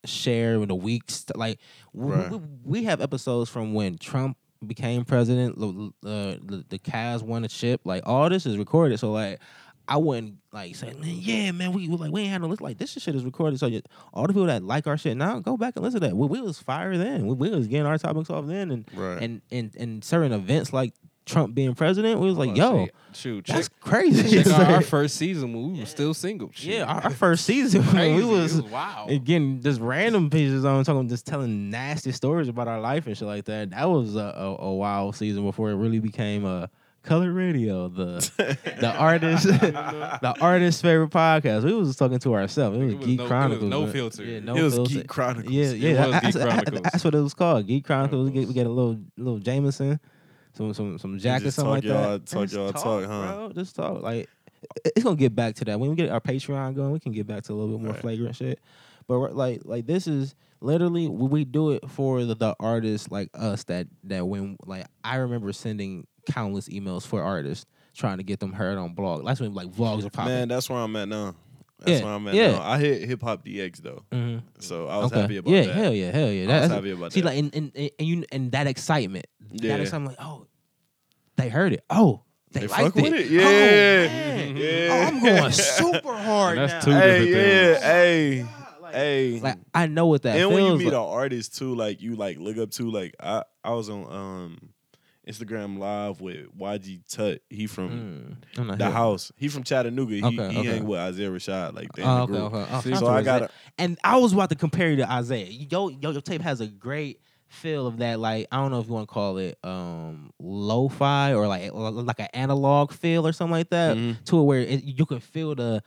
[SPEAKER 1] share in the weeks. Like we,
[SPEAKER 3] Right.
[SPEAKER 1] we, we have episodes from when Trump became president, l- l- uh, the, the Cavs won a chip. Like all this is recorded, so like. I wouldn't like say, man, yeah, man, we we, like we ain't had no list. Like this shit is recorded, so you, all the people that like our shit now, go back and listen to that. We, we was fire then. We, we was getting our topics off then, and
[SPEAKER 3] Right.
[SPEAKER 1] and and and certain events like Trump being president, we was like,
[SPEAKER 2] Oh,
[SPEAKER 1] yo,
[SPEAKER 2] shit. shoot, check,
[SPEAKER 1] that's crazy.
[SPEAKER 2] check out our
[SPEAKER 1] Like,
[SPEAKER 2] first season when we were still single. Shit.
[SPEAKER 1] yeah, our, our first season,
[SPEAKER 2] Crazy.
[SPEAKER 1] we
[SPEAKER 2] It
[SPEAKER 1] was,
[SPEAKER 2] wow.
[SPEAKER 1] again just random pieces on talking, just telling nasty stories about our life and shit like that. That was a, a, a wild season before it really became a Color Radio, the the artist, the artist's favorite podcast. We was talking to ourselves. It was,
[SPEAKER 2] It was
[SPEAKER 1] Geek
[SPEAKER 2] no- it was
[SPEAKER 1] Chronicles.
[SPEAKER 2] no
[SPEAKER 1] man.
[SPEAKER 2] filter.
[SPEAKER 1] Yeah, no
[SPEAKER 3] it was
[SPEAKER 1] filter.
[SPEAKER 3] Geek Chronicles.
[SPEAKER 1] Yeah, yeah.
[SPEAKER 2] was
[SPEAKER 1] that's,
[SPEAKER 2] Geek
[SPEAKER 1] that's-
[SPEAKER 2] Chronicles.
[SPEAKER 1] that's what it was called. Geek Chronicles. We get, we get a little little Jameson, some some some Jack or
[SPEAKER 3] just
[SPEAKER 1] something like
[SPEAKER 3] talk y'all-
[SPEAKER 1] that.
[SPEAKER 3] talk
[SPEAKER 1] Just
[SPEAKER 3] y'all talk, huh?
[SPEAKER 1] Bro, just talk. Like it- it's gonna get back to that when we get our Patreon going. We can get back to a little bit more
[SPEAKER 3] Right.
[SPEAKER 1] flagrant shit. But we're- like like this is literally we we do it for the, the artists like us that that when like I remember sending countless emails for artists trying to get them heard on blog. That's when like vlogs were popping.
[SPEAKER 3] Man, that's where I'm at now. That's
[SPEAKER 1] Yeah,
[SPEAKER 3] where I'm at
[SPEAKER 1] yeah.
[SPEAKER 3] now. I hit hip hop DX though,
[SPEAKER 1] Mhm.
[SPEAKER 3] so I was
[SPEAKER 1] Okay.
[SPEAKER 3] happy about
[SPEAKER 1] yeah,
[SPEAKER 3] that.
[SPEAKER 1] hell yeah, hell yeah. That-
[SPEAKER 3] I was
[SPEAKER 1] that's-
[SPEAKER 3] happy about
[SPEAKER 1] see,
[SPEAKER 3] that.
[SPEAKER 1] like, and, and, and you and that excitement,
[SPEAKER 3] Yeah.
[SPEAKER 1] that excitement, like, oh, they heard it. Oh, they,
[SPEAKER 3] They
[SPEAKER 1] liked
[SPEAKER 3] fuck with
[SPEAKER 1] it.
[SPEAKER 3] it.
[SPEAKER 1] Oh,
[SPEAKER 3] Yeah. Mm-hmm.
[SPEAKER 1] man.
[SPEAKER 3] Yeah.
[SPEAKER 1] Oh, I'm going super hard
[SPEAKER 2] And that's
[SPEAKER 1] now.
[SPEAKER 2] two
[SPEAKER 3] Hey, yeah,
[SPEAKER 2] different
[SPEAKER 3] hey, hey.
[SPEAKER 1] Like, I know what that
[SPEAKER 3] and
[SPEAKER 1] feels
[SPEAKER 3] when you meet
[SPEAKER 1] like.
[SPEAKER 3] an artist too, like you like look up to, like I I was on um Instagram live with YG Tut. He from
[SPEAKER 1] Mm, I'm not
[SPEAKER 3] the
[SPEAKER 1] here.
[SPEAKER 3] house. He from Chattanooga. He
[SPEAKER 1] Okay,
[SPEAKER 3] he
[SPEAKER 1] okay.
[SPEAKER 3] hang with Isaiah Rashad. Like they in
[SPEAKER 1] Oh,
[SPEAKER 2] Ah,
[SPEAKER 3] the
[SPEAKER 1] okay,
[SPEAKER 3] group.
[SPEAKER 1] okay. Oh,
[SPEAKER 2] See,
[SPEAKER 1] shout
[SPEAKER 3] so
[SPEAKER 1] out to
[SPEAKER 3] I got
[SPEAKER 1] Isaiah. and I was about to compare you to Isaiah. Yo, yo, your tape has a great feel of that. Like I don't know if you want to call it um lo-fi or like like an analog feel or something like that.
[SPEAKER 3] Mm-hmm.
[SPEAKER 1] to it where it, you can feel the,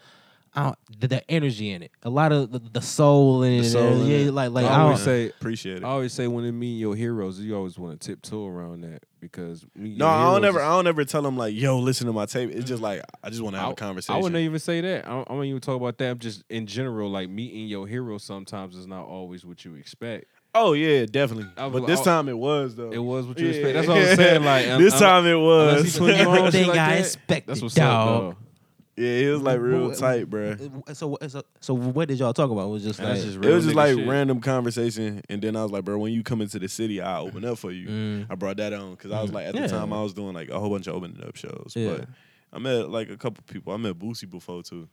[SPEAKER 1] I don't- the the energy in it. A lot of the, the soul in
[SPEAKER 3] The
[SPEAKER 1] it.
[SPEAKER 3] soul in
[SPEAKER 1] yeah,
[SPEAKER 3] it.
[SPEAKER 1] like like
[SPEAKER 2] I
[SPEAKER 1] I
[SPEAKER 2] always
[SPEAKER 1] don't-
[SPEAKER 2] say-
[SPEAKER 3] appreciate it.
[SPEAKER 2] I always say when it mean your heroes, you always want to tiptoe around that because me,
[SPEAKER 3] no,
[SPEAKER 2] your
[SPEAKER 3] I don't
[SPEAKER 2] heroes
[SPEAKER 3] ever
[SPEAKER 2] is-
[SPEAKER 3] I don't ever tell him like, yo, listen to my tape. It's just like I just want to have
[SPEAKER 2] I-
[SPEAKER 3] a conversation.
[SPEAKER 2] I wouldn't even say that. I don't, I wouldn't even talk about that. I'm just in general, like meeting your hero sometimes is not always what you expect.
[SPEAKER 3] oh yeah, definitely.
[SPEAKER 2] I was
[SPEAKER 3] But
[SPEAKER 2] like,
[SPEAKER 3] this
[SPEAKER 2] I-
[SPEAKER 3] time it was though.
[SPEAKER 2] It was what you
[SPEAKER 3] Yeah.
[SPEAKER 2] expect. That's what I'm saying. Like un-
[SPEAKER 3] this
[SPEAKER 2] un-
[SPEAKER 3] time it
[SPEAKER 2] unless he
[SPEAKER 3] was.
[SPEAKER 2] put you on, shit
[SPEAKER 1] Everything
[SPEAKER 2] like
[SPEAKER 1] I
[SPEAKER 2] that,
[SPEAKER 1] expected,
[SPEAKER 2] That's what's
[SPEAKER 1] dog.
[SPEAKER 2] up,
[SPEAKER 3] Yeah, it was like real
[SPEAKER 1] But-
[SPEAKER 3] tight, bro.
[SPEAKER 1] So so so what did y'all talk about? It was just
[SPEAKER 2] though.
[SPEAKER 1] like
[SPEAKER 2] That's just
[SPEAKER 3] It
[SPEAKER 2] real
[SPEAKER 3] was just
[SPEAKER 2] nigga
[SPEAKER 3] like
[SPEAKER 2] shit.
[SPEAKER 3] random conversation, and then I was like, "Bro, when you come into the city, I open up for you."
[SPEAKER 1] Mm.
[SPEAKER 3] I brought that on because I was
[SPEAKER 1] Mm.
[SPEAKER 3] like, at the
[SPEAKER 1] Yeah.
[SPEAKER 3] time, I was doing like a whole bunch of opening up shows.
[SPEAKER 1] Yeah.
[SPEAKER 3] But I met like a couple people. I met Boosie before too.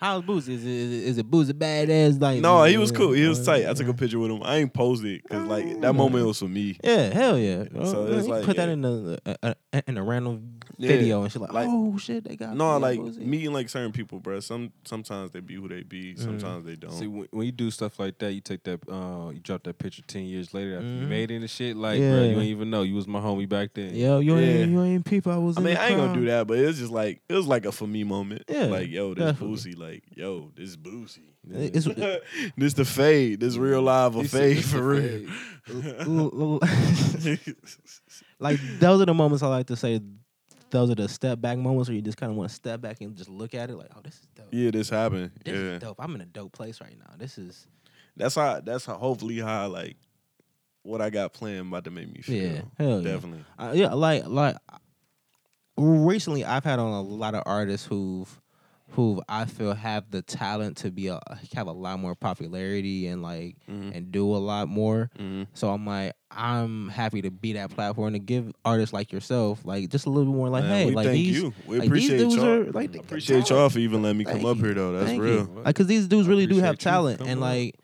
[SPEAKER 1] how's Boozy? Is it, is it, is it Boozy badass? Like
[SPEAKER 3] No,
[SPEAKER 1] is
[SPEAKER 3] he
[SPEAKER 1] it-
[SPEAKER 3] was cool. He was
[SPEAKER 1] uh,
[SPEAKER 3] tight. I took a picture with him. I ain't posted it because like that moment was for me.
[SPEAKER 1] Mm. Yeah, hell yeah. So
[SPEAKER 3] it's
[SPEAKER 1] you
[SPEAKER 3] like,
[SPEAKER 1] put that
[SPEAKER 3] yeah.
[SPEAKER 1] in a, a, a in a random
[SPEAKER 3] Yeah.
[SPEAKER 1] video and shit like,
[SPEAKER 3] Like-
[SPEAKER 1] oh shit, they got
[SPEAKER 3] No,
[SPEAKER 1] yeah,
[SPEAKER 3] like
[SPEAKER 1] Boozy.
[SPEAKER 3] meeting like certain people, bro. Some sometimes they be who they be.
[SPEAKER 1] Mm.
[SPEAKER 3] Sometimes they don't.
[SPEAKER 2] See, when, when you do stuff like that, you take that, uh, you drop that picture ten years later after you
[SPEAKER 1] Mhm.
[SPEAKER 2] made it and shit. Like,
[SPEAKER 1] Yeah.
[SPEAKER 2] bro, you ain't even know you was my homie back then.
[SPEAKER 1] Yo, you ain't
[SPEAKER 3] Yeah.
[SPEAKER 1] you ain't people. I was.
[SPEAKER 3] I
[SPEAKER 1] in
[SPEAKER 3] mean,
[SPEAKER 1] the
[SPEAKER 3] I ain't gonna
[SPEAKER 1] crowd.
[SPEAKER 3] do that, but it was just like it was like a for me moment.
[SPEAKER 1] Yeah,
[SPEAKER 3] like yo, this
[SPEAKER 1] definitely.
[SPEAKER 3] Boosie, like yo, this Boosie.
[SPEAKER 1] It- It's,
[SPEAKER 3] this the fade. This real live a
[SPEAKER 2] He said,
[SPEAKER 3] fade
[SPEAKER 2] "This
[SPEAKER 3] for
[SPEAKER 2] the
[SPEAKER 1] l-
[SPEAKER 3] real.
[SPEAKER 1] l- like those are the moments I like to say. Those are the step back moments where you just kind of want to step back and just look at it like, oh, this is dope.
[SPEAKER 3] yeah, this happened.
[SPEAKER 1] This
[SPEAKER 3] yeah,
[SPEAKER 1] is dope. I'm in a dope place right now. This is
[SPEAKER 3] that's how. That's how. Hopefully, how like what I got planned about to make me feel.
[SPEAKER 1] yeah, hell yeah.
[SPEAKER 3] definitely.
[SPEAKER 1] Uh, yeah, like like recently I've had on a lot of artists who've who I feel have the talent to be a, have a lot more popularity and like
[SPEAKER 3] Mhm.
[SPEAKER 1] and do a lot more.
[SPEAKER 3] Mhm.
[SPEAKER 1] So I'm like I'm happy to be that platform to give artists like yourself like just a little bit more like
[SPEAKER 3] Man,
[SPEAKER 1] hey
[SPEAKER 3] we
[SPEAKER 1] like
[SPEAKER 3] thank
[SPEAKER 1] these
[SPEAKER 3] you. We
[SPEAKER 1] like, these
[SPEAKER 3] appreciate
[SPEAKER 1] dudes
[SPEAKER 3] y'all.
[SPEAKER 1] are, like, they got
[SPEAKER 3] appreciate
[SPEAKER 1] talent.
[SPEAKER 3] y'all for even letting me come
[SPEAKER 1] Thank
[SPEAKER 3] up
[SPEAKER 1] you.
[SPEAKER 3] here though. That's
[SPEAKER 1] Thank
[SPEAKER 3] real.
[SPEAKER 1] you. Like, cause these dudes really do have
[SPEAKER 2] appreciate you
[SPEAKER 1] talent,
[SPEAKER 2] coming
[SPEAKER 1] and
[SPEAKER 2] on.
[SPEAKER 1] like,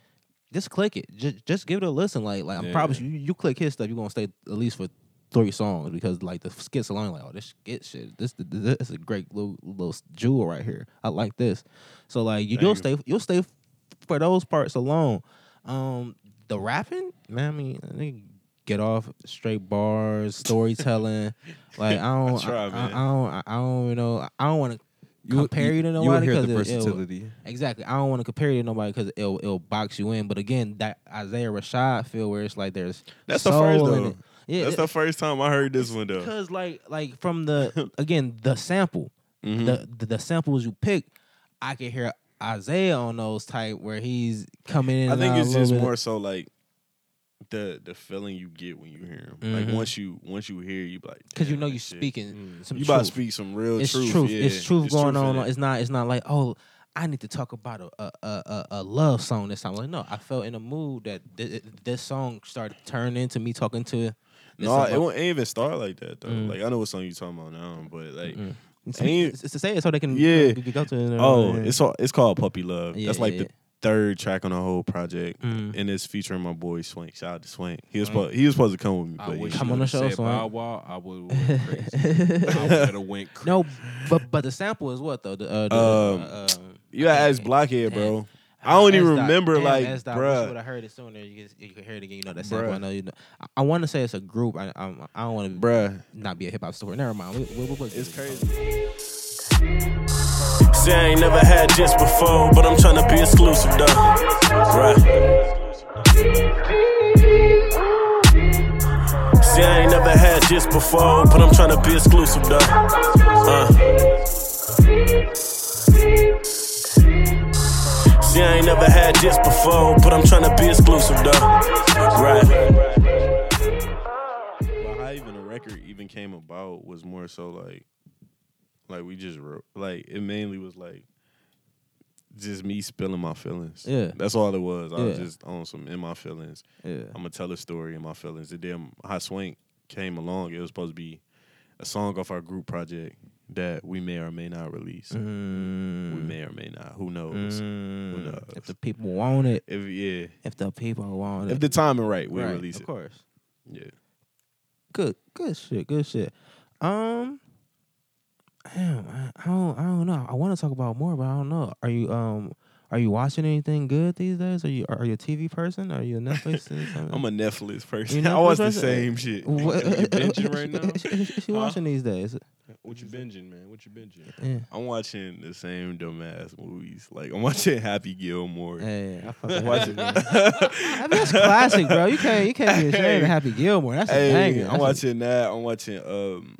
[SPEAKER 1] just click it. Just just give it a listen. Like, like I
[SPEAKER 2] Yeah.
[SPEAKER 1] promise you, you click his stuff, you're gonna stay at least for three songs because like the skits alone, like, oh, this skit shit, this this is a great little little jewel right here. I like this. So like, you,
[SPEAKER 3] Thank
[SPEAKER 1] you'll
[SPEAKER 3] you.
[SPEAKER 1] stay you'll stay for those parts alone. Um, the rapping, man. I mean, they get off straight bars, storytelling. like, I don't,
[SPEAKER 3] That's right,
[SPEAKER 1] I, I-
[SPEAKER 3] man.
[SPEAKER 1] I don't, I, don't even know. I don't want to.
[SPEAKER 2] You,
[SPEAKER 1] Compare you, to
[SPEAKER 2] you
[SPEAKER 1] nobody
[SPEAKER 2] hear
[SPEAKER 1] because
[SPEAKER 2] the
[SPEAKER 1] it, it'll-
[SPEAKER 2] versatility.
[SPEAKER 1] Exactly. I don't want to compare it to nobody because it'll it'll box you in. But again, that Isaiah Rashad feel where it's like there's
[SPEAKER 3] That's the
[SPEAKER 1] soul
[SPEAKER 3] first
[SPEAKER 1] in
[SPEAKER 3] though.
[SPEAKER 1] it. Yeah,
[SPEAKER 3] That's the first time I heard this one though.
[SPEAKER 1] because like like from the again the sample,
[SPEAKER 3] Mhm.
[SPEAKER 1] the, the the samples you pick, I can hear Isaiah on those type where he's coming in.
[SPEAKER 3] I
[SPEAKER 1] and
[SPEAKER 3] think
[SPEAKER 1] out a
[SPEAKER 3] it's
[SPEAKER 1] little
[SPEAKER 3] just
[SPEAKER 1] bit.
[SPEAKER 3] more so like the the feeling you get when you hear him.
[SPEAKER 1] Mhm.
[SPEAKER 3] Like once you once you hear, you be like
[SPEAKER 1] because you
[SPEAKER 3] "Damn,
[SPEAKER 1] know
[SPEAKER 3] this
[SPEAKER 1] you
[SPEAKER 3] shit." Mm.
[SPEAKER 1] speaking some
[SPEAKER 3] You
[SPEAKER 1] truth.
[SPEAKER 3] about to speak some real
[SPEAKER 1] it's
[SPEAKER 3] truth.
[SPEAKER 1] truth.
[SPEAKER 3] Yeah.
[SPEAKER 1] It's truth going
[SPEAKER 3] in
[SPEAKER 1] on.
[SPEAKER 3] it.
[SPEAKER 1] It's not. It's not like oh, I need to talk about a a, a, a- a love song this time. Like no, I felt in a mood that th- this song started turning into me talking to. this
[SPEAKER 3] No,
[SPEAKER 1] about-
[SPEAKER 3] it won't it ain't even start like that though.
[SPEAKER 1] Mm.
[SPEAKER 3] Like I know what song you talking about now, but like
[SPEAKER 1] Mm. It's,
[SPEAKER 3] ain't-
[SPEAKER 1] it's- it's to say it so they can
[SPEAKER 3] Yeah.
[SPEAKER 1] yeah go, go to it.
[SPEAKER 3] oh,
[SPEAKER 1] Yeah.
[SPEAKER 3] it's all, it's called Puppy Love.
[SPEAKER 1] Yeah,
[SPEAKER 3] That's like
[SPEAKER 1] yeah,
[SPEAKER 3] the third track on the whole project,
[SPEAKER 1] Mm.
[SPEAKER 3] and it's featuring my boy Swank. Shout out to Swank. He was supposed, he was supposed to come with me, but he,
[SPEAKER 1] wish- Come on the show,
[SPEAKER 2] said
[SPEAKER 1] Swan.
[SPEAKER 2] Bow Wow, I would have went crazy. I would have went crazy.
[SPEAKER 1] no, but but the sample is what though. The, uh, the,
[SPEAKER 3] Um,
[SPEAKER 1] uh, um,
[SPEAKER 3] you gotta ask
[SPEAKER 1] okay.
[SPEAKER 3] Blockhead, bro. I don't even
[SPEAKER 1] S-Dot.
[SPEAKER 3] remember,
[SPEAKER 1] Damn,
[SPEAKER 3] like,
[SPEAKER 1] S-Dot.
[SPEAKER 3] bruh.
[SPEAKER 1] Wish would have heard it sooner. You can, you can hear it again. You know that sample. I
[SPEAKER 3] Bruh.
[SPEAKER 1] know you know. I, I want to say it's a group. I I, I don't want to
[SPEAKER 3] Bruh.
[SPEAKER 1] not be a hip hop story. Never mind. We, we, we, we,
[SPEAKER 3] It's crazy.
[SPEAKER 5] See, I ain't never had jets before, but I'm tryna be exclusive though. Right. See, I ain't never had jets before, but I'm tryna be exclusive though. Uh. See, I ain't never had jets before, but I'm tryna be exclusive though. Right.
[SPEAKER 3] But how even the record even came about was more so like, like we just wrote, like it mainly was like, just me spilling my feelings.
[SPEAKER 1] Yeah.
[SPEAKER 3] that's all it was. I was
[SPEAKER 1] Yeah.
[SPEAKER 3] just on some in my feelings.
[SPEAKER 1] Yeah.
[SPEAKER 3] I'm gonna tell a story in my feelings. And then Hot Swank came along. It was supposed to be a song off our group project that we may or may not release. We
[SPEAKER 1] Mm-hmm.
[SPEAKER 3] may or may not. Who knows? Who knows?
[SPEAKER 1] Mm. If the people want it,
[SPEAKER 3] If yeah,
[SPEAKER 1] if the people want it,
[SPEAKER 3] if the timing right, we
[SPEAKER 1] Right,
[SPEAKER 3] release it.
[SPEAKER 1] Of course.
[SPEAKER 3] Yeah.
[SPEAKER 1] Good. Good shit. Good shit. Um. Damn, I, I don't. I don't know. I want to talk about more, but I don't know. Are you um? Are you watching anything good these days? Are you are you a TV person? Are you a Netflix? or something?
[SPEAKER 3] I'm a Netflix person.
[SPEAKER 1] You Netflix
[SPEAKER 3] I watch the
[SPEAKER 1] person?
[SPEAKER 3] same shit.
[SPEAKER 1] What-
[SPEAKER 2] You binging right now?
[SPEAKER 1] She, she- she
[SPEAKER 3] Huh?
[SPEAKER 1] watching these days.
[SPEAKER 2] What you binging, man? What you binging?
[SPEAKER 1] Yeah.
[SPEAKER 3] I'm watching the same dumbass movies. Like I'm watching Happy Gilmore.
[SPEAKER 1] Hey, I fucking watch it. I mean, that's classic, bro. You can't you can't be ashamed of
[SPEAKER 3] Hey.
[SPEAKER 1] Happy Gilmore. That's a
[SPEAKER 3] Hey,
[SPEAKER 1] banger.
[SPEAKER 3] I'm
[SPEAKER 1] That's a-
[SPEAKER 3] watching that. I'm watching um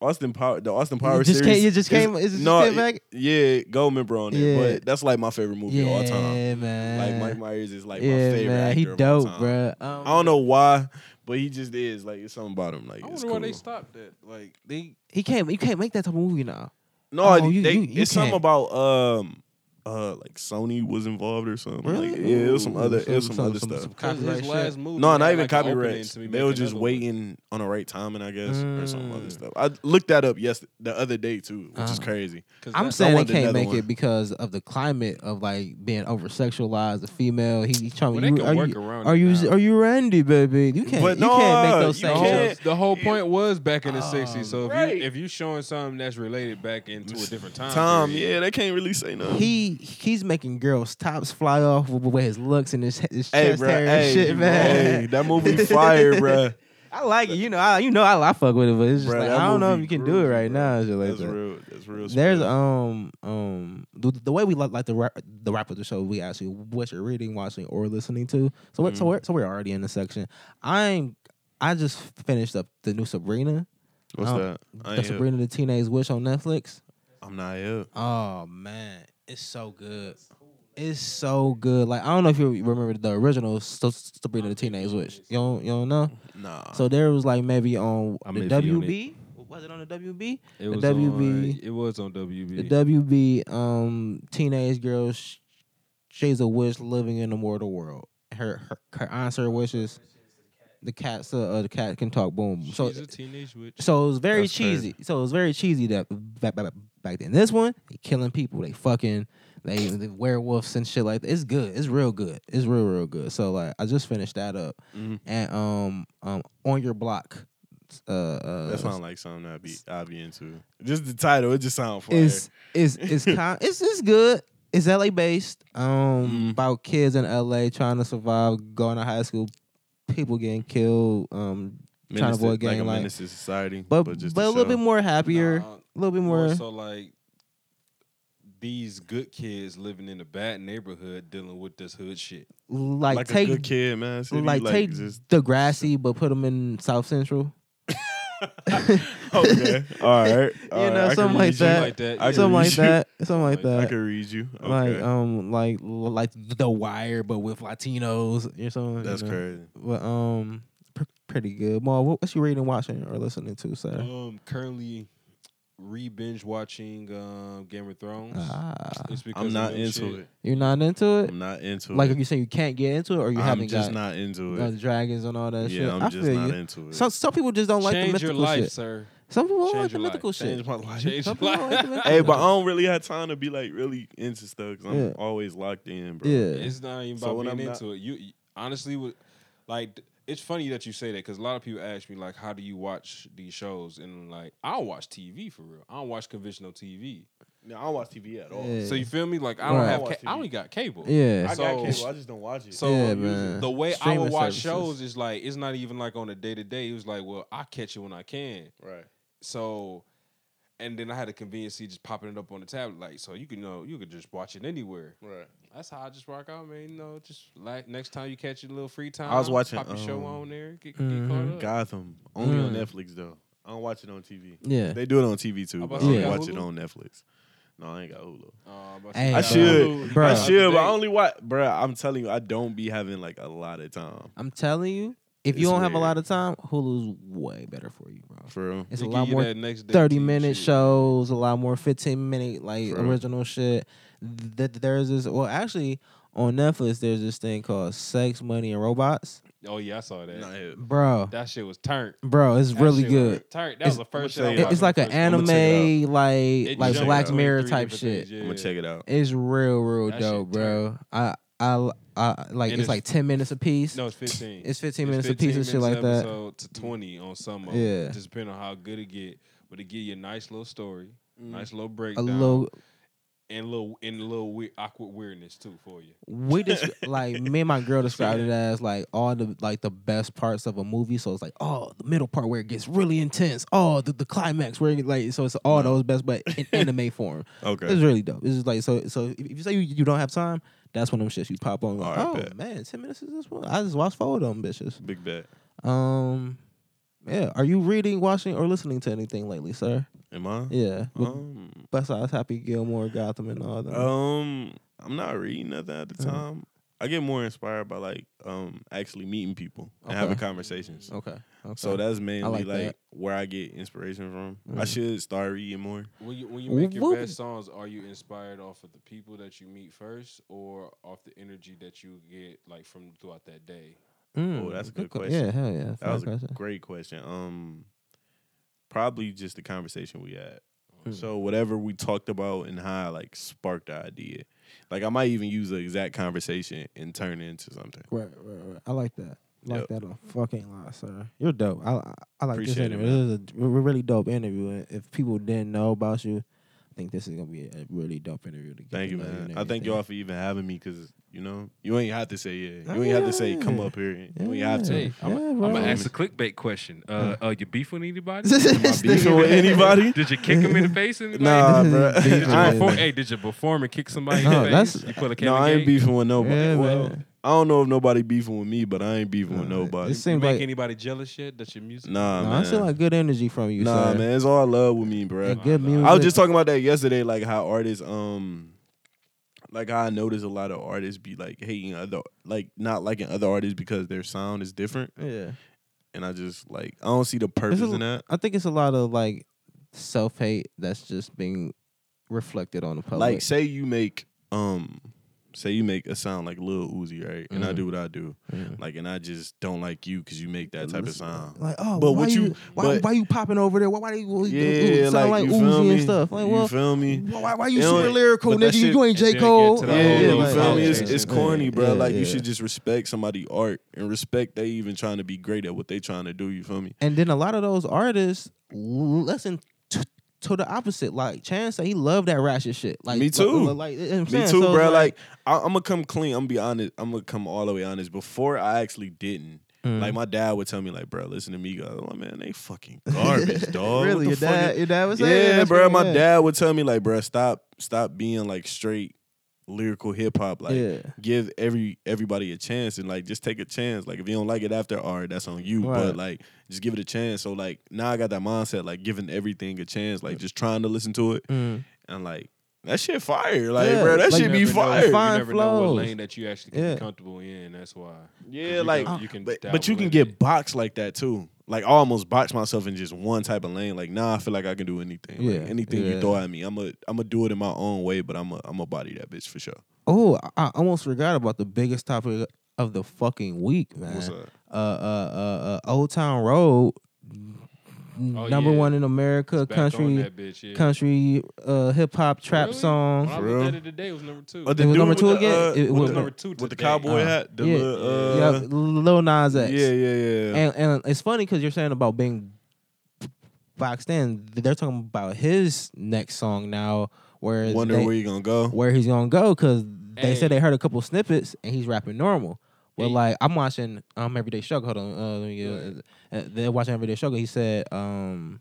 [SPEAKER 3] Austin Power the Austin Power
[SPEAKER 1] just
[SPEAKER 3] series.
[SPEAKER 1] came- you just
[SPEAKER 3] is-
[SPEAKER 1] came- it just
[SPEAKER 3] no,
[SPEAKER 1] came back?
[SPEAKER 3] Yeah, gold member on it.
[SPEAKER 1] Yeah.
[SPEAKER 3] But that's like my favorite movie
[SPEAKER 1] yeah,
[SPEAKER 3] of all time. Like
[SPEAKER 1] man.
[SPEAKER 3] Mike Myers is like
[SPEAKER 1] yeah,
[SPEAKER 3] my favorite
[SPEAKER 1] man.
[SPEAKER 3] actor
[SPEAKER 1] He
[SPEAKER 3] of all
[SPEAKER 1] dope, Um,
[SPEAKER 3] time.
[SPEAKER 1] bro.
[SPEAKER 3] I don't know why, but he just is. Like it's something about him. Like
[SPEAKER 2] I wonder
[SPEAKER 3] it's cool.
[SPEAKER 2] why they stopped that. Like they
[SPEAKER 1] He can't. You can't make that type of movie now.
[SPEAKER 3] No,
[SPEAKER 1] Oh,
[SPEAKER 3] they-
[SPEAKER 1] you-
[SPEAKER 3] they-
[SPEAKER 1] you- you
[SPEAKER 3] it's something
[SPEAKER 1] can't.
[SPEAKER 3] about um uh like Sony was involved or something. Like,
[SPEAKER 1] Really?
[SPEAKER 3] yeah, it was some other it was some, other stuff.
[SPEAKER 2] his last movie.
[SPEAKER 3] no, not
[SPEAKER 2] had,
[SPEAKER 3] even
[SPEAKER 2] like, an opening
[SPEAKER 3] copyrights.
[SPEAKER 2] to me
[SPEAKER 3] They were
[SPEAKER 2] making
[SPEAKER 3] just
[SPEAKER 2] another one.
[SPEAKER 3] waiting on the right timing, I guess, or some other
[SPEAKER 1] Mm.
[SPEAKER 3] stuff. I looked that up yes the other day too, which is
[SPEAKER 1] Ah.
[SPEAKER 3] crazy.
[SPEAKER 2] 'Cause
[SPEAKER 1] I'm
[SPEAKER 2] that's-
[SPEAKER 1] saying they
[SPEAKER 3] wanted
[SPEAKER 1] can't
[SPEAKER 3] another
[SPEAKER 1] make
[SPEAKER 3] one.
[SPEAKER 1] it because of the climate of like being over sexualized, the female. He, he's trying
[SPEAKER 2] Well,
[SPEAKER 1] to.
[SPEAKER 2] they
[SPEAKER 1] you-
[SPEAKER 2] can
[SPEAKER 1] Are
[SPEAKER 2] work
[SPEAKER 1] you,
[SPEAKER 2] around
[SPEAKER 1] are
[SPEAKER 2] it
[SPEAKER 1] you
[SPEAKER 2] now.
[SPEAKER 1] are you Randy, baby? You can't.
[SPEAKER 3] But
[SPEAKER 1] you can't
[SPEAKER 3] no,
[SPEAKER 1] make those
[SPEAKER 3] you
[SPEAKER 1] same
[SPEAKER 2] The
[SPEAKER 3] can't.
[SPEAKER 1] jokes.
[SPEAKER 2] whole, the whole point was back in the '60s. So if
[SPEAKER 3] Right.
[SPEAKER 2] you if you showing something that's related back into a different time,
[SPEAKER 3] Tom,
[SPEAKER 2] period,
[SPEAKER 3] yeah, they can't really say nothing.
[SPEAKER 1] he he's making girls tops fly off with, with his looks and his, his
[SPEAKER 3] hey,
[SPEAKER 1] chest
[SPEAKER 3] bro,
[SPEAKER 1] hair and
[SPEAKER 3] hey,
[SPEAKER 1] shit, man.
[SPEAKER 3] hey, that movie fire, bruh.
[SPEAKER 1] I like it, you know. I you know I, I fuck with it, but it's just
[SPEAKER 3] Bruh,
[SPEAKER 1] like
[SPEAKER 3] that
[SPEAKER 1] I don't know if
[SPEAKER 3] movie
[SPEAKER 1] you can do
[SPEAKER 3] groovy,
[SPEAKER 1] it right
[SPEAKER 3] bruh.
[SPEAKER 1] now. and Shit like
[SPEAKER 3] that's
[SPEAKER 1] that.
[SPEAKER 3] real. That's real.
[SPEAKER 1] There's
[SPEAKER 3] spell.
[SPEAKER 1] um um the, the way we like, like the rap, the wrap of the show. We ask you what you're reading, watching, or listening to. So we're, so
[SPEAKER 3] Mm-hmm.
[SPEAKER 1] we're so we're already in the section. I'm I just finished up the new Sabrina,
[SPEAKER 3] what's
[SPEAKER 1] um,
[SPEAKER 3] that? I
[SPEAKER 1] the
[SPEAKER 3] ain't hip.
[SPEAKER 1] Sabrina the Teenage Witch on Netflix.
[SPEAKER 3] I'm not up.
[SPEAKER 1] Oh man, it's so good. It's so good. Like I don't know if you remember the original Sa- Sabrina the Teenage Witch. You don't you don't know.
[SPEAKER 3] Nah.
[SPEAKER 1] So there was like maybe on
[SPEAKER 2] I'm
[SPEAKER 1] the
[SPEAKER 2] iffy on it.
[SPEAKER 1] WB. Was it on the WB?
[SPEAKER 2] it
[SPEAKER 1] the
[SPEAKER 2] was
[SPEAKER 1] WB.
[SPEAKER 2] On, it was on
[SPEAKER 1] The
[SPEAKER 2] WB.
[SPEAKER 1] WB um teenage girl sh- she's a witch living in the mortal world. Her her, her answer wishes the cat uh, uh, the cat can talk boom.
[SPEAKER 2] She's
[SPEAKER 1] so
[SPEAKER 2] a teenage witch.
[SPEAKER 1] so it was very
[SPEAKER 3] That's fair.
[SPEAKER 1] cheesy. So it was very cheesy that back, back, back then. This one, they killing people. They fucking they, they werewolves and shit like that. It's good. It's real good. It's real real good. So like I just finished that up
[SPEAKER 3] Mhm.
[SPEAKER 1] and um um on your block. Uh, uh
[SPEAKER 3] that sounds like something I'd be I'd be into. Just the title, it just sounds fire.
[SPEAKER 1] is is is con- it's it's good. It's LA based. Um,
[SPEAKER 3] Mhm.
[SPEAKER 1] about kids in LA trying to survive, going to high school, people getting killed. Um, trying to
[SPEAKER 3] Menace to-
[SPEAKER 1] avoid gang
[SPEAKER 3] like a
[SPEAKER 1] life,
[SPEAKER 3] menace to society,
[SPEAKER 1] but
[SPEAKER 3] but
[SPEAKER 1] but,
[SPEAKER 3] just
[SPEAKER 1] a little bit more happier, a
[SPEAKER 2] Nah,
[SPEAKER 1] little bit
[SPEAKER 2] more
[SPEAKER 1] more.
[SPEAKER 2] so like these good kids living in a bad neighborhood dealing with this hood shit.
[SPEAKER 1] like,
[SPEAKER 3] like, a
[SPEAKER 1] take
[SPEAKER 3] good kid, man. City,
[SPEAKER 1] like, take
[SPEAKER 3] just
[SPEAKER 1] the grassy, but put them in South Central.
[SPEAKER 3] okay. All right. All
[SPEAKER 1] You know,
[SPEAKER 3] I can
[SPEAKER 1] something
[SPEAKER 3] read
[SPEAKER 1] like
[SPEAKER 3] you.
[SPEAKER 1] that.
[SPEAKER 2] like that.
[SPEAKER 3] I
[SPEAKER 2] yeah.
[SPEAKER 3] can
[SPEAKER 1] Something like
[SPEAKER 3] read you.
[SPEAKER 1] that. Something like
[SPEAKER 2] Like,
[SPEAKER 1] that.
[SPEAKER 3] I could read you. Okay.
[SPEAKER 1] Like um, like like the Wire, but with Latinos or something.
[SPEAKER 3] that's
[SPEAKER 1] you know?
[SPEAKER 3] crazy.
[SPEAKER 1] But um, pr- pretty good. Maul, what, what's you reading, watching, or listening to, sir?
[SPEAKER 2] Um, currently re binge watching um, Game of Thrones.
[SPEAKER 1] Ah,
[SPEAKER 2] It's because
[SPEAKER 3] I'm
[SPEAKER 2] of
[SPEAKER 3] not
[SPEAKER 2] them
[SPEAKER 3] into
[SPEAKER 2] shit.
[SPEAKER 3] it.
[SPEAKER 1] you're not into it.
[SPEAKER 3] I'm not into
[SPEAKER 1] Like
[SPEAKER 3] it.
[SPEAKER 1] you say, you can't get into it, or you
[SPEAKER 3] I'm
[SPEAKER 1] haven't
[SPEAKER 3] just
[SPEAKER 1] got
[SPEAKER 3] not into
[SPEAKER 1] uh, the
[SPEAKER 3] it.
[SPEAKER 1] dragons and all that shit.
[SPEAKER 3] Yeah,
[SPEAKER 1] I
[SPEAKER 3] I'm just
[SPEAKER 1] feel
[SPEAKER 3] not
[SPEAKER 1] you.
[SPEAKER 3] into it.
[SPEAKER 1] Some some people just don't like the
[SPEAKER 2] Change
[SPEAKER 1] mythical
[SPEAKER 2] your life,
[SPEAKER 1] shit.
[SPEAKER 2] sir.
[SPEAKER 1] Some people don't
[SPEAKER 2] Change
[SPEAKER 1] like the
[SPEAKER 2] your
[SPEAKER 1] mythical
[SPEAKER 2] life.
[SPEAKER 1] shit.
[SPEAKER 3] Change my life.
[SPEAKER 2] Change
[SPEAKER 1] Some
[SPEAKER 2] your
[SPEAKER 1] people don't like the
[SPEAKER 2] life.
[SPEAKER 1] mythical
[SPEAKER 3] Hey, but I
[SPEAKER 1] shit.
[SPEAKER 3] don't really have time to be like really into stuff because I'm
[SPEAKER 1] Yeah.
[SPEAKER 3] always locked in, bro.
[SPEAKER 1] Yeah.
[SPEAKER 2] It's not even
[SPEAKER 3] So
[SPEAKER 2] about
[SPEAKER 3] when
[SPEAKER 2] being
[SPEAKER 3] I'm
[SPEAKER 2] into
[SPEAKER 3] not-
[SPEAKER 2] it. You, you- honestly would like. th- It's funny that you say that because a lot of people ask me like, "How do you watch these shows?" And like, I don't watch TV for real. I don't watch conventional TV.
[SPEAKER 3] No, I don't watch TV at all.
[SPEAKER 1] Yeah.
[SPEAKER 2] So you feel me? Like I don't
[SPEAKER 1] Right.
[SPEAKER 2] have,
[SPEAKER 3] I watch
[SPEAKER 2] ca- I
[SPEAKER 3] TV.
[SPEAKER 2] only got cable.
[SPEAKER 1] Yeah.
[SPEAKER 3] I
[SPEAKER 2] So-
[SPEAKER 3] got cable. I just don't watch it.
[SPEAKER 2] So
[SPEAKER 1] Yeah, man.
[SPEAKER 2] the way I
[SPEAKER 1] Streaming
[SPEAKER 2] would watch
[SPEAKER 1] services.
[SPEAKER 2] shows is like it's not even like on a day to day. It was like, well, I catch it when I can.
[SPEAKER 3] right.
[SPEAKER 2] So, and then I had a conveniency just popping it up on the tablet, like so you can know you could just watch it anywhere.
[SPEAKER 3] Right.
[SPEAKER 2] That's how I just rock out, man. You know, just like next time you catch your little free time,
[SPEAKER 3] I was watching,
[SPEAKER 2] pop your show
[SPEAKER 3] um,
[SPEAKER 2] on there, get,
[SPEAKER 1] Mhm.
[SPEAKER 2] get caught up.
[SPEAKER 3] Gotham only on
[SPEAKER 1] Mm.
[SPEAKER 3] Netflix though. I don't watch it on TV.
[SPEAKER 1] Yeah.
[SPEAKER 3] They do it on TV too.
[SPEAKER 2] How about
[SPEAKER 3] But I don't
[SPEAKER 1] you got
[SPEAKER 3] watch it
[SPEAKER 2] Hulu?
[SPEAKER 3] on Netflix. No, I ain't got Hulu.
[SPEAKER 2] Uh, I'm about to
[SPEAKER 1] Hey,
[SPEAKER 2] say,
[SPEAKER 1] I
[SPEAKER 3] I
[SPEAKER 2] uh,
[SPEAKER 3] should,
[SPEAKER 1] Bruh.
[SPEAKER 3] I should, but I
[SPEAKER 2] Up to date.
[SPEAKER 3] only watch, bro. I'm telling you, I don't be having like a lot of time
[SPEAKER 1] I'm telling you, if you
[SPEAKER 3] It's
[SPEAKER 1] don't have a
[SPEAKER 3] weird.
[SPEAKER 1] lot of time, Hulu's way better for you, bro.
[SPEAKER 3] for real.
[SPEAKER 1] It's
[SPEAKER 2] They
[SPEAKER 1] a
[SPEAKER 2] give
[SPEAKER 1] lot
[SPEAKER 2] you
[SPEAKER 1] more
[SPEAKER 2] that next day
[SPEAKER 1] 30
[SPEAKER 2] TV
[SPEAKER 1] minute
[SPEAKER 2] shit.
[SPEAKER 1] shows, a lot more 15 minute like
[SPEAKER 3] True.
[SPEAKER 1] original shit. Th- there's this well actually on Netflix there's this thing called Sex, Money and Robots.
[SPEAKER 2] Oh yeah, I saw that.
[SPEAKER 3] Not it.
[SPEAKER 1] Bro.
[SPEAKER 2] That shit was turned.
[SPEAKER 1] Bro, it's
[SPEAKER 2] That
[SPEAKER 1] really
[SPEAKER 2] shit
[SPEAKER 1] good.
[SPEAKER 2] Was turned. That
[SPEAKER 1] It's-
[SPEAKER 2] was the first show.
[SPEAKER 3] I'ma
[SPEAKER 2] I
[SPEAKER 3] tell
[SPEAKER 1] It-
[SPEAKER 3] you,
[SPEAKER 2] watched
[SPEAKER 1] It's
[SPEAKER 2] on
[SPEAKER 1] like an
[SPEAKER 2] the first-
[SPEAKER 3] I'ma check it
[SPEAKER 1] anime like
[SPEAKER 2] It
[SPEAKER 1] like
[SPEAKER 2] jumped
[SPEAKER 1] Black
[SPEAKER 2] between
[SPEAKER 1] Mirror
[SPEAKER 2] three
[SPEAKER 1] type
[SPEAKER 2] different
[SPEAKER 1] shit.
[SPEAKER 2] things,
[SPEAKER 3] I'm gonna
[SPEAKER 2] yeah.
[SPEAKER 3] check it out.
[SPEAKER 1] It's real real
[SPEAKER 2] That shit
[SPEAKER 1] dope, bro. I I I like it's
[SPEAKER 2] And it's-
[SPEAKER 1] like 10 minutes a piece.
[SPEAKER 2] No, it's fifteen.
[SPEAKER 1] it's 15 minutes a
[SPEAKER 2] 15
[SPEAKER 1] piece and shit
[SPEAKER 2] minutes
[SPEAKER 1] like that.
[SPEAKER 2] episode To twenty on some. Of
[SPEAKER 1] Yeah.
[SPEAKER 2] yeah, just depending on how good it get, but it give you a nice little story, Mm. nice little
[SPEAKER 1] Mm. A
[SPEAKER 2] breakdown,
[SPEAKER 1] little
[SPEAKER 2] and little and a little weird, awkward weirdness too for you.
[SPEAKER 1] we just like me and my girl described it as like all the like the best parts of a movie. So it's like oh the middle part where it gets really intense. Oh the, the climax where it, like so it's all those best, but in anime form. It's
[SPEAKER 3] Okay.
[SPEAKER 1] really dope. It's just like so so if you say you, you don't have time, that's one of them shits you pop on. Like,
[SPEAKER 3] All
[SPEAKER 1] oh
[SPEAKER 3] right, bet.
[SPEAKER 1] man, ten minutes is this one. I just watched four of them bitches.
[SPEAKER 3] Big bet.
[SPEAKER 1] Um, yeah. Are you reading, watching, or listening to anything lately, sir?
[SPEAKER 3] Am I?
[SPEAKER 1] Yeah. Well,
[SPEAKER 3] Um,
[SPEAKER 1] Besides Happy Gilmore, Gotham, and all that.
[SPEAKER 3] um, I'm not reading nothing at the
[SPEAKER 1] Uh-huh.
[SPEAKER 3] time. I get more inspired by like um actually meeting people and having
[SPEAKER 1] Okay.
[SPEAKER 3] conversations.
[SPEAKER 1] okay. okay.
[SPEAKER 3] So that's mainly
[SPEAKER 1] like
[SPEAKER 3] like,
[SPEAKER 1] that.
[SPEAKER 3] where I get inspiration from. I
[SPEAKER 1] Mhm.
[SPEAKER 3] should start reading more.
[SPEAKER 2] When you when you make your
[SPEAKER 1] Woo-
[SPEAKER 2] best songs, are you inspired off of the people that you meet first, or off the energy that you get like from throughout that day?
[SPEAKER 1] Mm,
[SPEAKER 3] oh, that's a good
[SPEAKER 1] que-
[SPEAKER 3] question.
[SPEAKER 1] Yeah, hell yeah.
[SPEAKER 3] That was
[SPEAKER 1] fair
[SPEAKER 3] a
[SPEAKER 1] question.
[SPEAKER 3] great question. Um, probably just the conversation we had.
[SPEAKER 1] Mm.
[SPEAKER 3] So whatever we talked about and how I like sparked the idea. Like I might even use the exact conversation and turn it into something.
[SPEAKER 1] Right, right, right. I like that. Like
[SPEAKER 3] Yep.
[SPEAKER 1] that a fucking lot, sir. You're dope. I I, I like
[SPEAKER 3] Appreciate
[SPEAKER 1] this
[SPEAKER 3] it,
[SPEAKER 1] interview. This is a re- really dope interview. And if people didn't know about you, I think this is gonna be a really dope interview to get.
[SPEAKER 3] Thank
[SPEAKER 1] to
[SPEAKER 3] you,
[SPEAKER 1] know
[SPEAKER 3] man.
[SPEAKER 1] and
[SPEAKER 3] I thank
[SPEAKER 1] everything.
[SPEAKER 3] y'all for even having me because you know you ain't have to say yeah.
[SPEAKER 1] Oh,
[SPEAKER 3] You ain't have to say
[SPEAKER 1] yeah.
[SPEAKER 3] come up here. You ain't have to.
[SPEAKER 1] Yeah.
[SPEAKER 2] I'ma-
[SPEAKER 1] Yeah,
[SPEAKER 2] I'ma
[SPEAKER 1] bro.
[SPEAKER 2] a clickbait question. Uh, uh, you beef with anybody?
[SPEAKER 1] This
[SPEAKER 3] beefing
[SPEAKER 1] nigga-
[SPEAKER 3] with anybody?
[SPEAKER 2] Did you kick him in the face? Anybody?
[SPEAKER 3] Nah,
[SPEAKER 1] This is
[SPEAKER 3] bro.
[SPEAKER 1] beefing
[SPEAKER 2] Did you
[SPEAKER 1] I ain't-
[SPEAKER 2] perform, hey, did you perform and kick somebody
[SPEAKER 1] No,
[SPEAKER 2] in the face?
[SPEAKER 1] that's-
[SPEAKER 2] You put a
[SPEAKER 3] No, I ain't
[SPEAKER 2] beef.
[SPEAKER 3] beefing with nobody.
[SPEAKER 1] Yeah,
[SPEAKER 3] well,
[SPEAKER 1] man.
[SPEAKER 3] I don't know if nobody beefing with me, but I ain't beefing with
[SPEAKER 1] Nah,
[SPEAKER 3] nobody.
[SPEAKER 1] it
[SPEAKER 2] You
[SPEAKER 1] seems
[SPEAKER 2] make
[SPEAKER 1] like
[SPEAKER 2] anybody jealous yet that your music?
[SPEAKER 3] Nah,
[SPEAKER 1] nah,
[SPEAKER 3] man.
[SPEAKER 1] I see like good energy from you,
[SPEAKER 3] nah,
[SPEAKER 1] sir.
[SPEAKER 3] man. It's all love with me, bro.
[SPEAKER 1] And good
[SPEAKER 2] I
[SPEAKER 1] music.
[SPEAKER 3] I was just talking about that yesterday, like how artists, um, like how I notice a lot of artists be like hating other, like not liking other artists because their sound is different,
[SPEAKER 1] Yeah,
[SPEAKER 3] and I just like I don't see the purpose
[SPEAKER 1] a-
[SPEAKER 3] in that.
[SPEAKER 1] I think it's a lot of like self hate that's just being reflected on the public.
[SPEAKER 3] Like, say you make, um, say you make a sound like Lil Uzi, right? And I
[SPEAKER 1] Mhm.
[SPEAKER 3] do what I do,
[SPEAKER 1] Mhm.
[SPEAKER 3] like, and I just don't like you because you make that type of
[SPEAKER 1] Listen,
[SPEAKER 3] sound.
[SPEAKER 1] Like, oh,
[SPEAKER 3] But
[SPEAKER 1] why
[SPEAKER 3] what
[SPEAKER 1] you,
[SPEAKER 3] you-
[SPEAKER 1] why,
[SPEAKER 3] but-
[SPEAKER 1] why you popping over there? Why, why do you, you
[SPEAKER 3] Yeah,
[SPEAKER 1] sound
[SPEAKER 3] like,
[SPEAKER 1] like
[SPEAKER 3] you feel
[SPEAKER 1] Uzi
[SPEAKER 3] me?
[SPEAKER 1] and stuff? Like,
[SPEAKER 3] you
[SPEAKER 1] well,
[SPEAKER 3] feel me?
[SPEAKER 1] why, why you
[SPEAKER 3] It
[SPEAKER 1] super
[SPEAKER 3] only-
[SPEAKER 1] lyrical,
[SPEAKER 3] but that
[SPEAKER 1] nigga?
[SPEAKER 3] shit-
[SPEAKER 1] you ain't
[SPEAKER 2] it
[SPEAKER 1] J
[SPEAKER 2] did
[SPEAKER 1] Cole.
[SPEAKER 2] get to the
[SPEAKER 3] Yeah,
[SPEAKER 2] whole
[SPEAKER 3] yeah,
[SPEAKER 2] little
[SPEAKER 3] you
[SPEAKER 1] like-
[SPEAKER 3] feel me?
[SPEAKER 2] apology
[SPEAKER 3] It's, it's
[SPEAKER 2] shit.
[SPEAKER 3] corny, bro.
[SPEAKER 1] Yeah,
[SPEAKER 3] like
[SPEAKER 1] yeah.
[SPEAKER 3] you should just respect somebody' art and respect they even trying to be great at what they trying to do. You feel me?
[SPEAKER 1] And then a lot of those artists l- listen t- to the opposite. Like Chance said, he loved that ratchet shit. Like
[SPEAKER 3] Me
[SPEAKER 1] like-
[SPEAKER 3] too.
[SPEAKER 1] Like, like, you know what I'm
[SPEAKER 3] Me
[SPEAKER 1] saying?
[SPEAKER 3] too,
[SPEAKER 1] So,
[SPEAKER 3] bro. Like, I, I'm gonna come clean. I'm gonna be honest. I'm gonna come all the way honest. Before I actually didn't.
[SPEAKER 1] Mm.
[SPEAKER 3] Like my dad would tell me, like, bro, listen to me, guys. I'm like, man, they fucking garbage, dog.
[SPEAKER 1] really, your
[SPEAKER 3] What the fuck
[SPEAKER 1] dad,
[SPEAKER 3] is-"
[SPEAKER 1] your dad was saying,
[SPEAKER 3] yeah,
[SPEAKER 1] that's
[SPEAKER 3] bro.
[SPEAKER 1] crazy,
[SPEAKER 3] my
[SPEAKER 1] yeah.
[SPEAKER 3] dad would tell me, like, bro, stop, stop being like straight lyrical hip hop. Like,
[SPEAKER 1] Yeah.
[SPEAKER 3] give every everybody a chance and like just take a chance. Like, if you don't like it after, all right, that's on you.
[SPEAKER 1] Right.
[SPEAKER 3] But like, just give it a chance. So like, now I got that mindset, like giving everything a chance, like just trying to listen to it
[SPEAKER 1] Mm.
[SPEAKER 3] and like that shit fire. Like,
[SPEAKER 1] Yeah,
[SPEAKER 3] bro, that
[SPEAKER 1] like-
[SPEAKER 3] shit
[SPEAKER 2] You
[SPEAKER 3] be
[SPEAKER 2] never know-
[SPEAKER 3] fire.
[SPEAKER 1] Fire
[SPEAKER 2] You never know
[SPEAKER 1] flows.
[SPEAKER 2] what lane that you actually can
[SPEAKER 1] Yeah.
[SPEAKER 2] be comfortable in. That's why. 'Cause you
[SPEAKER 3] Yeah,
[SPEAKER 2] can-
[SPEAKER 3] like,
[SPEAKER 2] you can,
[SPEAKER 3] Uh, but,
[SPEAKER 2] dabble
[SPEAKER 3] but you can
[SPEAKER 2] in
[SPEAKER 3] get
[SPEAKER 2] it.
[SPEAKER 3] boxed like that too. Like I almost box myself in just one type of lane. Like nah, I feel like I can do anything. Like,
[SPEAKER 1] Yeah,
[SPEAKER 3] anything
[SPEAKER 1] yeah.
[SPEAKER 3] you throw at me, I'm a I'm gonna do it in my own way. But I'm a I'm a body that bitch for sure.
[SPEAKER 1] Oh, I- I almost forgot about the biggest topic of the fucking week, man.
[SPEAKER 3] What's up?
[SPEAKER 1] uh, uh, uh, uh, Old Town Road, n-
[SPEAKER 2] Oh,
[SPEAKER 1] number
[SPEAKER 2] yeah.
[SPEAKER 1] one in America,
[SPEAKER 2] Back on
[SPEAKER 1] country,
[SPEAKER 2] that bitch, yeah.
[SPEAKER 1] country, uh, hip hop, trap
[SPEAKER 2] Really? When
[SPEAKER 1] song.
[SPEAKER 2] I
[SPEAKER 3] For
[SPEAKER 2] looked
[SPEAKER 3] real?
[SPEAKER 2] at it today, it was number two.
[SPEAKER 3] Oh,
[SPEAKER 1] It was
[SPEAKER 3] dude
[SPEAKER 1] number
[SPEAKER 3] with
[SPEAKER 1] two
[SPEAKER 3] the,
[SPEAKER 1] again?
[SPEAKER 3] uh,
[SPEAKER 1] It
[SPEAKER 3] with
[SPEAKER 1] was
[SPEAKER 3] the-
[SPEAKER 2] number two
[SPEAKER 3] with the
[SPEAKER 2] today.
[SPEAKER 3] cowboy
[SPEAKER 1] Uh,
[SPEAKER 3] hat. The
[SPEAKER 1] yeah,
[SPEAKER 3] little,
[SPEAKER 1] yeah,
[SPEAKER 3] uh,
[SPEAKER 1] Lil Nas X.
[SPEAKER 3] yeah, yeah, yeah.
[SPEAKER 1] And, and it's funny because you're saying about being boxed in. They're talking about his next song now, where
[SPEAKER 3] Wonder
[SPEAKER 1] they-
[SPEAKER 3] where you gonna go.
[SPEAKER 1] where he's gonna go because they said
[SPEAKER 2] Hey.
[SPEAKER 1] they heard a couple snippets and he's rapping normal. Well,
[SPEAKER 2] Hey.
[SPEAKER 1] like I'm watching um Everyday Struggle. Hold on, uh, let me get, uh, they're watching Everyday Struggle. He said um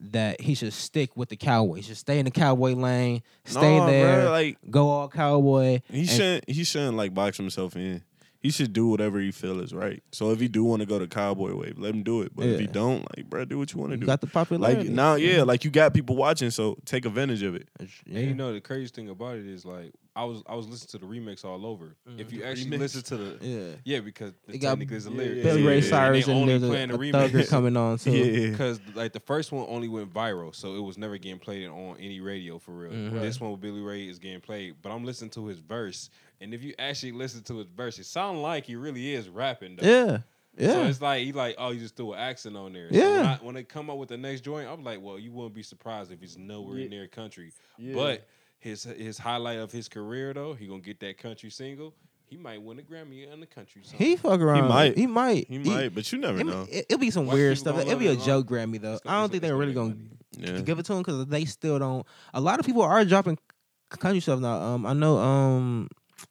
[SPEAKER 1] that he should stick with the cowboy. He should stay in the cowboy lane, stay
[SPEAKER 3] Nah, bruh,
[SPEAKER 1] there,
[SPEAKER 3] like
[SPEAKER 1] go all cowboy.
[SPEAKER 3] He
[SPEAKER 1] and-
[SPEAKER 3] shouldn't. He shouldn't like box himself in. He should do whatever he feel is right. So if he do want to go to cowboy wave, let him do it. But if he
[SPEAKER 1] Yeah.
[SPEAKER 3] don't, like, bruh, do what you want to
[SPEAKER 1] You
[SPEAKER 3] do.
[SPEAKER 1] got the popularity.
[SPEAKER 3] like now, yeah, like you got people watching, so take advantage of it.
[SPEAKER 1] yeah.
[SPEAKER 2] And you know the crazy thing about it is like I was I was listening to the remix all over. If you actually
[SPEAKER 3] remix.
[SPEAKER 2] listen to the yeah,
[SPEAKER 1] yeah.
[SPEAKER 2] because
[SPEAKER 1] It
[SPEAKER 2] the
[SPEAKER 1] got
[SPEAKER 2] technically there's a lyric.
[SPEAKER 1] Billy Ray
[SPEAKER 3] yeah, yeah.
[SPEAKER 1] Cyrus
[SPEAKER 2] and
[SPEAKER 1] and
[SPEAKER 2] they
[SPEAKER 1] there's
[SPEAKER 2] only
[SPEAKER 1] a,
[SPEAKER 2] playing
[SPEAKER 1] a
[SPEAKER 2] the
[SPEAKER 1] thugger
[SPEAKER 2] remix
[SPEAKER 1] coming on too.
[SPEAKER 2] because like the first one only went viral, so it was never getting played on any radio for real.
[SPEAKER 1] Mhm.
[SPEAKER 2] This one with Billy Ray is getting played, but I'm listening to his verse, and if you actually listen to his verse, it sounds like he really is rapping. Though.
[SPEAKER 1] Yeah,
[SPEAKER 2] So
[SPEAKER 1] yeah.
[SPEAKER 2] it's like he like oh you just threw an accent on there. So when,
[SPEAKER 1] Yeah.
[SPEAKER 2] I, when they come up with the next joint, I'm like, well, you wouldn't be surprised if it's nowhere near country.
[SPEAKER 3] Yeah.
[SPEAKER 2] But his his highlight of his career though, he gonna get that country single. He might win a Grammy on the country. Song.
[SPEAKER 1] he fuck around.
[SPEAKER 3] might.
[SPEAKER 1] He might.
[SPEAKER 3] He might, but you never
[SPEAKER 1] It,
[SPEAKER 3] know.
[SPEAKER 1] it, will be some
[SPEAKER 2] White
[SPEAKER 1] weird
[SPEAKER 2] people
[SPEAKER 1] stuff.
[SPEAKER 2] gonna
[SPEAKER 1] It'll
[SPEAKER 2] love
[SPEAKER 1] be
[SPEAKER 2] it
[SPEAKER 1] a
[SPEAKER 2] long.
[SPEAKER 1] joke Grammy though.
[SPEAKER 2] It's gonna-
[SPEAKER 1] I don't
[SPEAKER 2] it's
[SPEAKER 1] think
[SPEAKER 2] gonna-
[SPEAKER 1] they're really
[SPEAKER 2] it's gonna
[SPEAKER 1] gonna
[SPEAKER 2] make
[SPEAKER 3] Yeah.
[SPEAKER 1] give it to him because they still don't. A lot of people are dropping c- country stuff now. Um, I know. Um,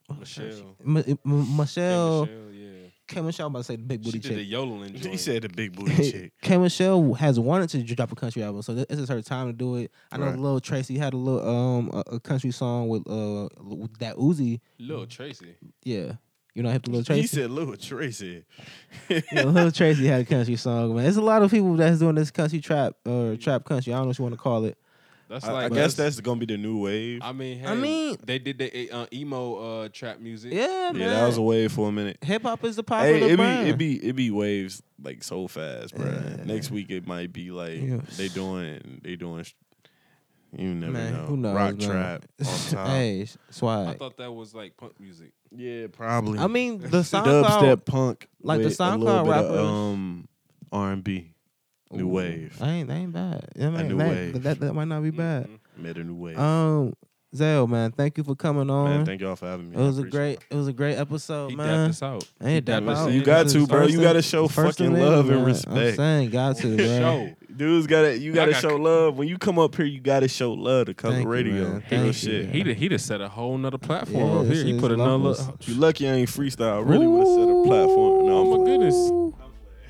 [SPEAKER 2] money. Michelle.
[SPEAKER 1] M- M- Michelle,
[SPEAKER 2] Hey, Michelle, yeah.
[SPEAKER 1] K Michelle, I'm about to say the big
[SPEAKER 2] She
[SPEAKER 1] booty
[SPEAKER 2] did the
[SPEAKER 1] chick.
[SPEAKER 2] yodeling joint.
[SPEAKER 3] He said the big booty chick.
[SPEAKER 1] K Michelle has wanted to drop a country album, so this is her time to do it. I know
[SPEAKER 3] Right.
[SPEAKER 1] Lil Tracy had a little um a, a country song with uh with that Uzi.
[SPEAKER 2] Lil Tracy.
[SPEAKER 1] Yeah, you know, hip to Lil Tracy.
[SPEAKER 3] He said Lil Tracy.
[SPEAKER 1] Yeah, Lil Tracy had a country song, man. There's a lot of people that's doing this country trap or trap country. I don't know what you want to call it.
[SPEAKER 2] That's
[SPEAKER 3] I,
[SPEAKER 2] like
[SPEAKER 3] I guess that's gonna be the new wave.
[SPEAKER 2] I mean, hey,
[SPEAKER 1] I mean-
[SPEAKER 2] they did the uh, emo uh, trap music.
[SPEAKER 1] Yeah, man.
[SPEAKER 3] yeah, that was a wave for a minute.
[SPEAKER 1] Hip hop is the popular
[SPEAKER 3] Hey, it be
[SPEAKER 1] brand.
[SPEAKER 3] it be it be waves like so fast, bro. Next week it might be like
[SPEAKER 1] Yeah.
[SPEAKER 3] they doing they doing. sh- You never
[SPEAKER 1] Man,
[SPEAKER 3] know.
[SPEAKER 1] who knows,
[SPEAKER 3] Rock
[SPEAKER 1] man.
[SPEAKER 3] trap. off top.
[SPEAKER 1] hey, s-
[SPEAKER 2] I
[SPEAKER 1] swag.
[SPEAKER 2] thought that was like punk music.
[SPEAKER 3] Yeah, probably.
[SPEAKER 1] I mean, the SoundCloud.
[SPEAKER 3] dubstep punk,
[SPEAKER 1] like the
[SPEAKER 3] with a
[SPEAKER 1] SoundCloud
[SPEAKER 3] little bit
[SPEAKER 1] rappers.
[SPEAKER 3] of, um, R and B, new
[SPEAKER 1] Ooh,
[SPEAKER 3] wave,
[SPEAKER 1] I ain't, that ain't bad. I mean,
[SPEAKER 3] new
[SPEAKER 1] that,
[SPEAKER 3] wave. Mm-hmm.
[SPEAKER 1] That, that might not be bad.
[SPEAKER 2] Mhm.
[SPEAKER 3] made a new wave.
[SPEAKER 1] Um, Zell, man, thank you for coming on.
[SPEAKER 3] man, thank y'all for having me.
[SPEAKER 1] it
[SPEAKER 3] I
[SPEAKER 1] was a great,
[SPEAKER 3] appreciate
[SPEAKER 1] it was a great episode,
[SPEAKER 2] He dapped
[SPEAKER 1] Oh, man.
[SPEAKER 2] us out.
[SPEAKER 1] I ain't
[SPEAKER 2] dapped
[SPEAKER 1] dapped
[SPEAKER 2] us
[SPEAKER 1] out.
[SPEAKER 2] in.
[SPEAKER 3] You got
[SPEAKER 1] This
[SPEAKER 3] to,
[SPEAKER 1] is
[SPEAKER 3] bro.
[SPEAKER 1] first
[SPEAKER 3] You
[SPEAKER 1] in-
[SPEAKER 3] gotta show
[SPEAKER 1] first in
[SPEAKER 3] fucking
[SPEAKER 1] living,
[SPEAKER 3] love and
[SPEAKER 1] man. I'm
[SPEAKER 3] respect.
[SPEAKER 1] saying, got to, bro.
[SPEAKER 2] Show.
[SPEAKER 3] it. Dudes gotta you gotta
[SPEAKER 2] got-
[SPEAKER 3] show love when you come up here. You gotta show love to color
[SPEAKER 1] Thank you,
[SPEAKER 3] radio.
[SPEAKER 1] man.
[SPEAKER 3] Real
[SPEAKER 1] Thank you,
[SPEAKER 3] shit.
[SPEAKER 1] man.
[SPEAKER 2] He done- he just set a whole nother platform
[SPEAKER 1] Yeah,
[SPEAKER 2] up
[SPEAKER 1] this
[SPEAKER 2] here. He
[SPEAKER 1] is
[SPEAKER 2] put another.
[SPEAKER 1] levels.
[SPEAKER 3] You lucky I ain't freestyle. I really would have set a platform. No,
[SPEAKER 2] Oh
[SPEAKER 3] I'm
[SPEAKER 2] my
[SPEAKER 3] fucking-
[SPEAKER 2] goodness.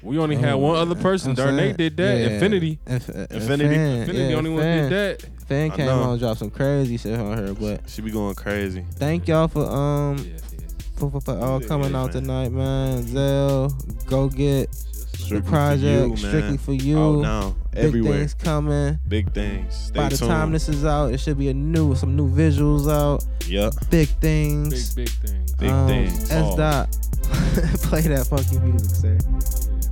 [SPEAKER 2] We only had one other person.
[SPEAKER 1] I'm saying,
[SPEAKER 2] Darnay did that.
[SPEAKER 1] yeah.
[SPEAKER 2] Infinity.
[SPEAKER 1] Inf- uh,
[SPEAKER 3] Infinity.
[SPEAKER 1] Fan,
[SPEAKER 2] Infinity
[SPEAKER 1] yeah,
[SPEAKER 2] only one
[SPEAKER 1] fan.
[SPEAKER 2] did that.
[SPEAKER 1] Fan
[SPEAKER 3] I
[SPEAKER 1] came
[SPEAKER 3] know.
[SPEAKER 1] on and dropped some crazy shit on her, but
[SPEAKER 3] She be going crazy.
[SPEAKER 1] thank y'all for um
[SPEAKER 2] Yes, yes.
[SPEAKER 1] for, for, for all
[SPEAKER 3] Yeah,
[SPEAKER 1] coming
[SPEAKER 3] yeah,
[SPEAKER 1] out
[SPEAKER 3] man.
[SPEAKER 1] tonight, man. Zell, go get
[SPEAKER 3] Strictly
[SPEAKER 1] the
[SPEAKER 3] for
[SPEAKER 1] project
[SPEAKER 3] you, man.
[SPEAKER 1] strictly for you.
[SPEAKER 3] Oh no,
[SPEAKER 1] Big
[SPEAKER 3] everywhere.
[SPEAKER 1] things coming.
[SPEAKER 3] Big things. Stay
[SPEAKER 1] By the
[SPEAKER 3] tuned.
[SPEAKER 1] time this is out, it should be a new some new visuals out.
[SPEAKER 3] yep.
[SPEAKER 1] Big
[SPEAKER 2] Big
[SPEAKER 1] things.
[SPEAKER 2] big thing.
[SPEAKER 3] Big
[SPEAKER 1] um,
[SPEAKER 3] things.
[SPEAKER 1] S dot. Play that funky music, sir.
[SPEAKER 2] Yeah.